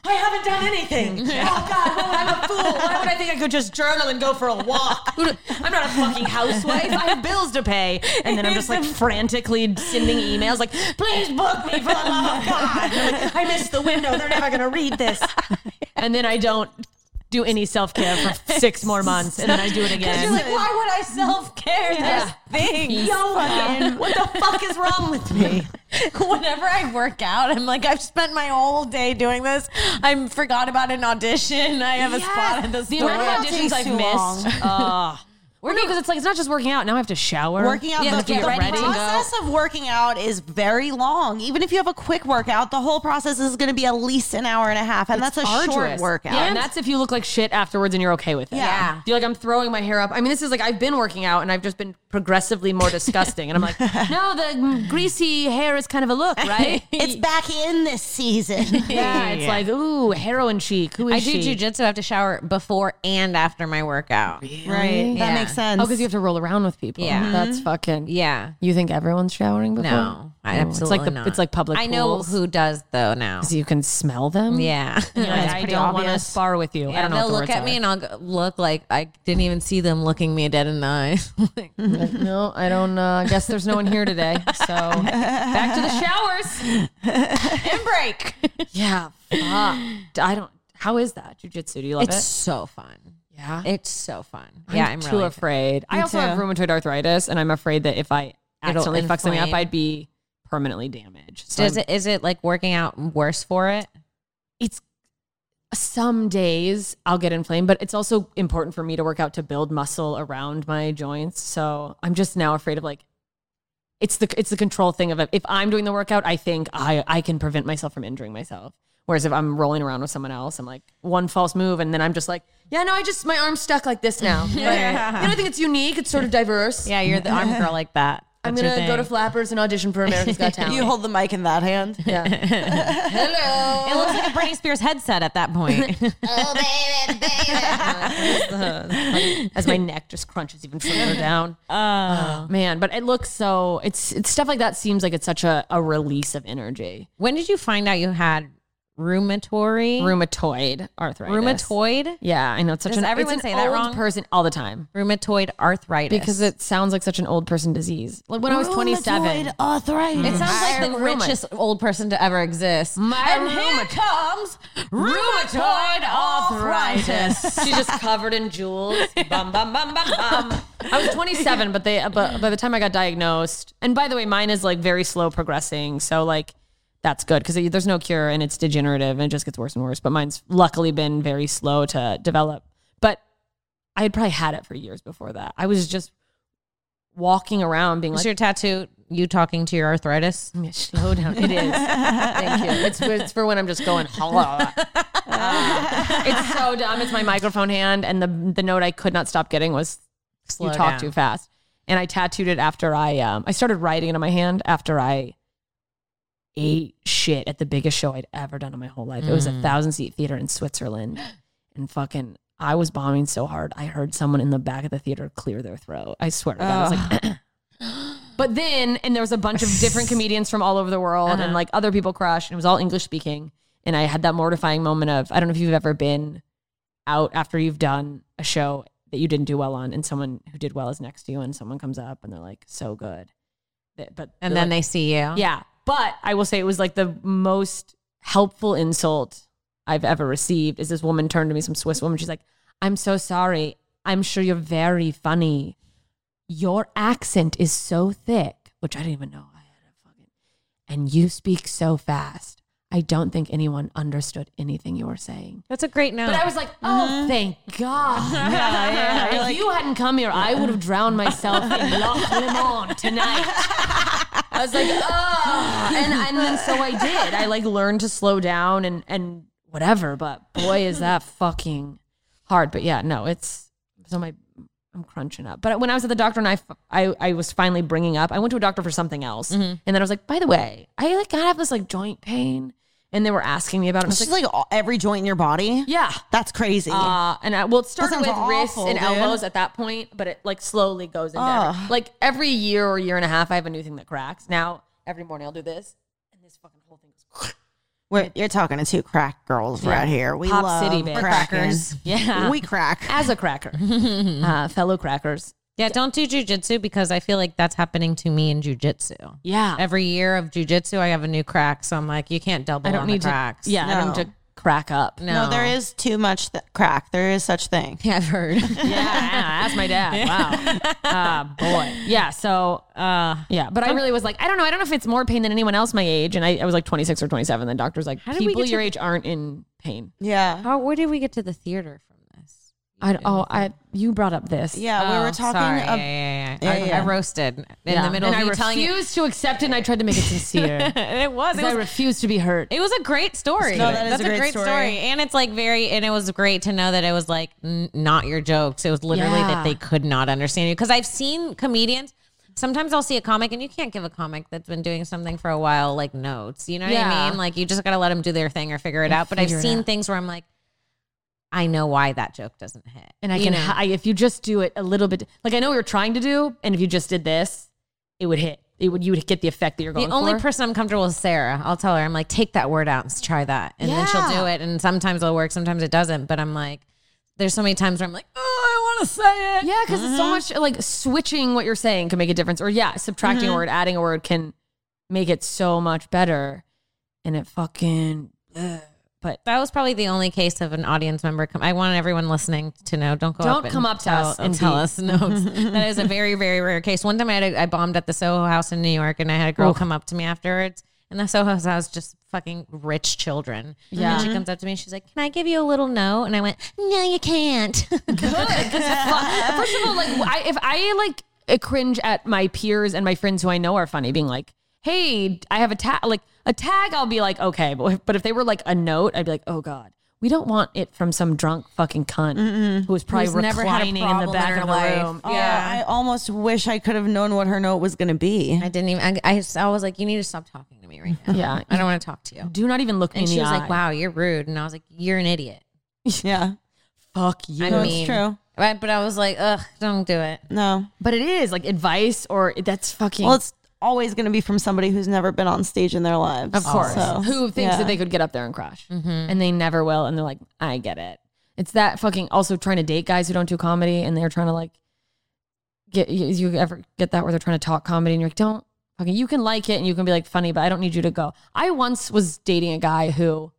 S5: I haven't done anything. Oh God, well, I'm a fool. Why would I think I could just journal and go for a walk? Who do- I'm not a fucking housewife. I have bills to pay, and then I'm just like frantically sending emails, like, please book me for the love of God. I'm like, I missed the window. They're never gonna read this. And then I don't do any self care for six more months, and then I do it again.
S3: You're like, why would I self care?
S5: Yeah.
S3: There's things.
S5: Yo, what the fuck is wrong with me?
S3: Whenever I work out, I'm like, I've spent my whole day doing this. I forgot about an audition. I have a spot at the
S5: the
S3: store.
S5: amount of
S4: It
S5: auditions
S4: takes
S5: I've
S4: too long.
S5: missed. Uh, well, no, because it's like it's not just working out. Now I have to shower.
S4: Working out,
S5: yeah,
S4: the,
S5: to get
S4: the
S5: ready to go.
S4: process of working out is very long. Even if you have a quick workout, the whole process is going to be at least an hour and a half, and that's a short
S5: Arduous.
S4: workout.
S5: Yeah, and that's if you look like shit afterwards and you're okay with it.
S3: Yeah.
S5: You're like, I'm throwing my hair up. I mean, this is like, I've been working out and I've just been progressively more disgusting. And I'm like, no, the greasy hair is kind of a look, right?
S4: it's back in this season.
S5: yeah, it's like, ooh, heroin chic. Who is
S3: I do
S5: she?
S3: jujitsu. I have to shower before and after my workout.
S4: Right. That
S3: Yeah.
S4: makes sense.
S5: Oh, because you have to roll around with people.
S3: Yeah.
S5: That's fucking.
S3: Yeah.
S5: You think everyone's showering before?
S3: No, I
S5: Ooh,
S3: absolutely
S5: it's like
S3: not.
S5: It's like public.
S3: I know
S5: pools.
S3: who does though now.
S5: So you can smell them.
S3: Yeah.
S5: You're like,
S4: it's
S5: I
S4: pretty
S5: don't want to
S4: obvious.
S5: spar with you. I
S3: Yeah,
S5: don't know.
S3: they'll
S5: what the
S3: look
S5: words
S3: at me
S5: are.
S3: and I'll go, look like I didn't even see them looking me dead in the eyes. Like,
S5: Like, no, I don't. Uh, I guess there's no one here today. So back to the showers.
S3: and break.
S5: Yeah. fuck. I don't. How is that jujitsu? Do you love
S3: It's
S5: it?
S3: so fun.
S5: Yeah.
S3: It's so fun.
S5: I'm
S3: yeah, I'm
S5: too
S3: really
S5: afraid. I also have rheumatoid arthritis, and I'm afraid that if I
S3: It'll
S5: accidentally fuck something up,
S3: inflame.
S5: I'd be permanently damaged. So
S3: Does
S5: I'm-
S3: it is it like working out worse for it?
S5: it's some days I'll get inflamed, but it's also important for me to work out to build muscle around my joints. So I'm just now afraid of like it's the it's the control thing of it. If I'm doing the workout, I think I I can prevent myself from injuring myself. Whereas if I'm rolling around with someone else, I'm like one false move, and then I'm just like, yeah, no, I just my arm's stuck like this now. yeah, I think it's unique. It's sort of diverse.
S3: Yeah, you're the arm girl like that.
S5: I'm
S3: That's your
S5: gonna go to
S3: thing.
S5: Flappers and audition for America's Got Talent.
S4: You hold the mic in that hand.
S5: yeah.
S3: It looks like a Britney Spears headset at that point.
S5: Oh, as my neck just crunches even further down. Oh man, but it looks so it's it's stuff like that seems like it's such a, a release of energy.
S3: when did you find out you had rheumatory?
S5: Rheumatoid arthritis.
S3: rheumatoid?
S5: Yeah, I know it's such
S3: Does
S5: an
S3: everyone
S5: it's an
S3: say that
S5: old
S3: wrong?
S5: person all the time
S3: Rheumatoid arthritis.
S5: because it sounds like such an old person disease. Like when I was 27.
S4: Rheumatoid arthritis.
S3: It sounds like the
S5: Rheuma-
S3: richest old person to ever exist.
S5: My
S3: and here
S5: rheumat-
S3: comes rheumatoid arthritis.
S5: She's just covered in jewels. Bum bum bum bum bum. I was 27, but they but by the time I got diagnosed, and by the way, mine is like very slow progressing, so like that's good because there's no cure and it's degenerative and it just gets worse and worse. But mine's luckily been very slow to develop. But I had probably had it for years before that. I was just walking around being
S3: Is
S5: like,
S3: your tattoo you talking to your arthritis?
S5: yeah, slow down. It is. Thank you. It's, it's for when I'm just going. "Holla." Ah. it's so dumb. It's my microphone hand, and the the note I could not stop getting was
S3: Slow
S5: "You talk
S3: down.
S5: too fast." And I tattooed it after I um I started writing it on my hand after I ate shit at the biggest show I'd ever done in my whole life. It
S3: Mm.
S5: was a thousand seat theater in Switzerland, and fucking. I was bombing so hard. I heard someone in the back of the theater clear their throat. I swear to God, I was like, but then, and there was a bunch of different comedians from all over the world
S3: Uh-huh.
S5: and like other people crushed, and it was all English speaking. And I had that mortifying moment of I don't know if you've ever been out after you've done a show that you didn't do well on, and someone who did well is next to you, and someone comes up and they're like, so good. That- But
S3: And then
S5: like-
S3: they see you.
S5: yeah. But I will say it was like the most helpful insult I've ever received. Is this woman turned to me, some Swiss woman? She's like, "I'm so sorry. I'm sure you're very funny, your accent is so thick, which I didn't even know I had a fucking, and you speak so fast. I don't think anyone understood anything you were saying.
S3: That's a great note.
S5: But I was like, oh, thank God.
S4: Mm-hmm. yeah,
S5: if you hadn't come here, I would have drowned myself in Loch Lomond tonight. I was like, oh. And, and then so I did. I like learned to slow down and, and whatever. But boy, is that fucking hard. But yeah, no, it's so my, I'm crunching up. But when I was at the doctor and I, f- I, I was finally bringing up, I went to a doctor for something else.
S4: Mm-hmm.
S5: And then I was like, by the way, I like, I have this like joint pain. And they were asking me about it. I
S4: It's
S5: was
S4: just
S5: like,
S4: like all- every joint in your body.
S5: yeah.
S4: That's crazy.
S5: Uh, and I, well, it started
S4: sounds
S5: with wrists
S4: awful,
S5: and
S4: dude.
S5: elbows at that point, but it like slowly goes into every-
S4: Ugh.
S5: like every year or year and a half, I have a new thing that cracks. Now every morning I'll do this, and this fucking whole thing goes.
S4: We're, you're talking to two crack girls right here. We
S5: Pop
S4: love
S5: City, babe.
S4: crackers.
S5: Yeah.
S4: We crack.
S5: as a cracker, uh, fellow crackers.
S3: yeah, don't do jujitsu because I feel like that's happening to me in jujitsu.
S5: Yeah,
S3: Every year of jujitsu, I have a new crack, so I'm like, you can't double
S5: I don't
S3: on
S5: need
S3: the cracks.
S5: to. Yeah, I
S4: No.
S5: don't need to crack up.
S4: No, there is too much th- crack. There is such thing.
S3: Yeah, I've heard.
S5: yeah, ask my dad. Wow. Uh, boy. Yeah. So, uh, yeah. But I really was like, I don't know. I don't know if it's more pain than anyone else my age. And I, I was like 26 or 27. The doctor's like,
S3: did we
S5: people
S3: get
S5: your age aren't in pain.
S4: Yeah.
S3: How, where did we get to the theater from this?
S5: I, oh, I, you brought up this.
S4: Yeah. we
S3: Oh,
S4: were talking.
S3: Sorry.
S4: ab-
S3: yeah, yeah,
S4: Yeah,
S3: yeah. I,
S4: yeah.
S3: I roasted in the middle
S5: and
S3: of
S5: I
S3: you
S5: refused
S3: telling it.
S5: to accept it, and I tried to make it sincere.
S3: it was. It
S5: 'Cause
S3: was
S5: I refuse to be hurt.
S3: It was a great story.
S4: No, that is
S3: That's
S4: a great story.
S3: And it's like very, and it was great to know that it was like n- not your jokes. It was literally
S5: Yeah.
S3: that they could not understand you. Because I've seen comedians, sometimes I'll see a comic and you can't give a comic that's been doing something for a while like notes. You know what
S5: Yeah.
S3: I mean? Like you just got to let them do their thing or figure it out. But I've
S5: figure it
S3: seen
S5: out.
S3: things where I'm like, I know why that joke doesn't hit.
S5: And I
S3: You
S5: can,
S3: know?
S5: hi- if you just do it a little bit, like I know we were trying to do, and if you just did this, it would hit. It would, you would get the effect that you're going
S3: The only
S5: for.
S3: person I'm comfortable with is Sarah. I'll tell her, I'm like, take that word out and try that. And then she'll do
S5: Yeah.
S3: it. And sometimes it'll work, sometimes it doesn't. But I'm like, there's so many times where I'm like, oh, I want to say it.
S5: Yeah, because it's
S3: Mm-hmm.
S5: so much like switching what you're saying can make a difference. Or yeah, subtracting
S3: Mm-hmm.
S5: a word, adding a word can make it so much better. And it fucking but
S3: That was probably the only case of an audience member. Come, I want everyone listening to know. Don't go.
S5: Don't
S3: up and
S5: come up to
S3: tell-
S5: us
S3: and
S5: and
S3: tell
S5: be-
S3: us notes. that is a very, very rare case. One time I had a, I bombed at the Soho House in New York, and I had a girl
S5: Oh.
S3: come up to me afterwards. And the Soho House just fucking rich children.
S5: Yeah.
S3: And she comes up to me. She's like, "Can I give you a little note?" And I went, "No, you can't."
S5: Fu- First of all, like I, if I like uh, cringe at my peers and my friends who I know are funny, being like, "Hey, I have a tag," like a tag, I'll be like, "Okay," but if, but if they were like a note, I'd be like, "Oh God." We don't want it from some drunk fucking cunt who was probably
S3: Who's never had a
S5: reclining in the
S3: problem in
S5: back
S3: her
S5: of the
S3: life.
S5: room.
S4: Oh, I almost wish I could have known what her note was going to be.
S3: I didn't even. I, I, just- I was like, "You need to stop talking to me right now."
S5: Yeah.
S3: I don't want to talk to you.
S5: Do not even look me
S3: And
S5: in
S3: she
S5: the
S3: was
S5: eye.
S3: like, "Wow, you're rude," and I was like, "You're an idiot."
S4: Yeah.
S5: fuck you."
S3: I
S4: No, it's
S3: mean,
S4: true.
S3: Right, but I was like, "Ugh, don't do it."
S4: No.
S5: But it is like advice, or that's fucking.
S4: Well, it's always going to be from somebody who's never been on stage in their lives.
S5: of course,
S4: So,
S5: who thinks
S4: yeah.
S5: that they could get up there and crush,
S3: Mm-hmm.
S5: and they never will, and they're like, I get it. It's that fucking also trying to date guys who don't do comedy, and they're trying to like get you, you ever get that where they're trying to talk comedy, and you're like, don't fucking. You can like it, and you can be like funny, but I don't need you to go. I once was dating a guy who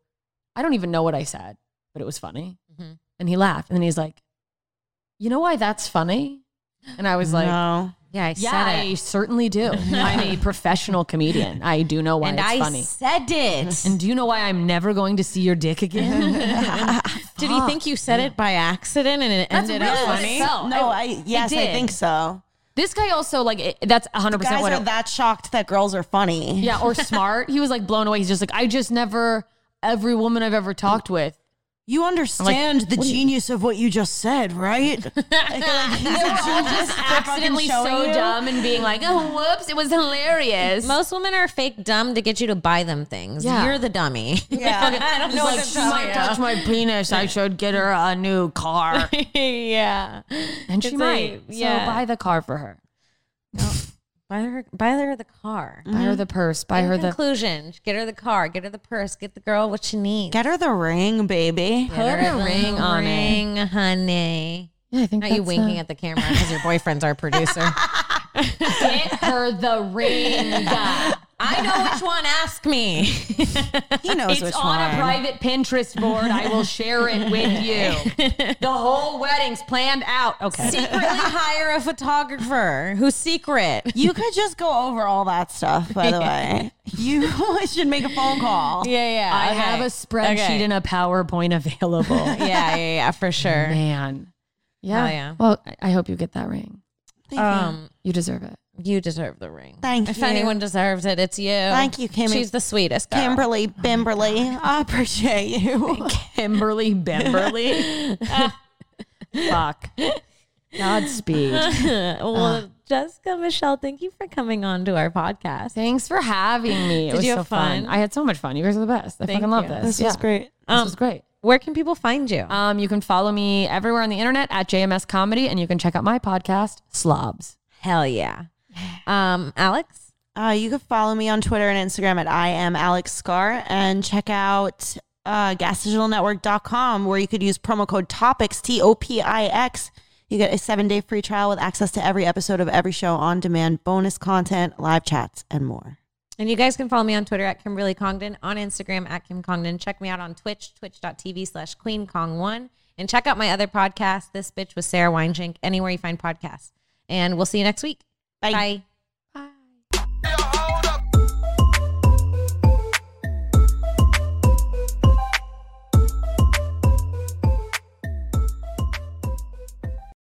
S5: I don't even know what I said, but it was funny,
S3: Mm-hmm.
S5: and he laughed, and then he's like, you know why that's funny, and I was like.
S4: no.
S3: Yeah, I
S5: Yeah,
S3: said it.
S5: I certainly do. I'm a professional comedian. I do know why
S3: and
S5: it's
S3: I
S5: funny.
S3: said it.
S5: and do you know why I'm never going to see your dick again?
S3: Did he think you said it by accident and it
S5: That's
S3: ended
S5: really
S3: up
S5: what it
S3: funny?
S5: felt.
S4: No,
S5: I-
S4: I, yes, I
S5: did.
S4: think so.
S5: this guy also like it, that's 100 percent
S4: Guys
S5: what.
S4: are
S5: it-
S4: that shocked that girls are funny.
S5: yeah, or smart. He was like blown away. He's just like, I just never every woman I've ever talked with.
S4: You understand the genius of what you just said, right? Like, he's a genius for fucking
S5: Accidentally
S4: showing
S5: so
S4: you.
S5: dumb and being like, oh whoops, it was hilarious.
S3: Most women are fake dumb to get you to buy them things.
S5: Yeah.
S3: You're the dummy.
S4: Yeah.
S3: I don't know
S5: like, she might touch my penis. I should get her a new car,
S3: yeah.
S5: and she
S3: It's
S5: might.
S3: like,
S5: So buy the car for her.
S3: buy her buy her the car.
S5: Buy her the purse. Mm. Buy
S3: In
S5: her the
S3: conclusion, get her the car, get her the purse, get the girl what she needs.
S4: Get her the ring, baby.
S3: Put a ring on
S5: it.
S3: ring, honey.
S5: Yeah, I think
S3: Not you
S5: that's,
S3: winking
S5: uh,
S3: at the camera because your boyfriend's our producer.
S5: get her the ring.
S3: I know which one. Ask me.
S4: He knows
S5: It's
S4: which
S5: on
S4: one.
S5: a private Pinterest board. I will share it with you. The whole wedding's planned out. Okay.
S3: Secretly hire a photographer who's secret.
S4: you could just go over all that stuff, by the way. You should make a phone call.
S3: Yeah, yeah.
S5: I have a spreadsheet and a PowerPoint available.
S3: yeah, yeah, yeah, for sure.
S5: Man. Oh, Yeah.
S3: Hell yeah.
S5: Well, I- I hope you get that ring.
S4: Thank you.
S3: Um,
S5: You deserve it.
S3: you deserve the ring.
S4: Thank
S3: if
S4: you.
S3: If anyone deserves it, it's you.
S4: Thank you, Kimmy.
S3: She's the sweetest. Girl.
S4: Kimberly, Bimberly, I appreciate you.
S5: Kimberly Bemberly. Fuck. Godspeed. Uh-huh.
S3: well, Jessica Michelle, thank you for coming on to our podcast.
S5: Thanks for having me. It
S3: Did
S5: was
S3: you
S5: so
S3: have fun?
S5: I had so much fun. You guys are the best. I
S3: Thank
S5: fucking love
S3: you. Um,
S5: this.
S4: This
S5: yeah.
S4: was great.
S5: This was great.
S3: Where can people find you?
S5: Um, you can follow me everywhere on the internet at JMS Comedy, and you can check out my podcast, Slobs.
S3: Hell yeah. Um, Alex.
S4: Uh, you can follow me on Twitter and Instagram at I am Alex Scar and check out uh, gasdigitalnetwork.com where you could use promo code TOPICS, T O P I X. You get a seven day free trial with access to every episode of every show on demand, bonus content, live chats, and more.
S3: And you guys can follow me on Twitter at Kimberly Congdon, on Instagram at Kim Congdon. Check me out on Twitch, twitch.tv slash Queen Kong1. And check out my other podcast, This Bitch with Sarah Weinschenk, anywhere you find podcasts. And we'll see you next week.
S4: Bye.
S3: Bye.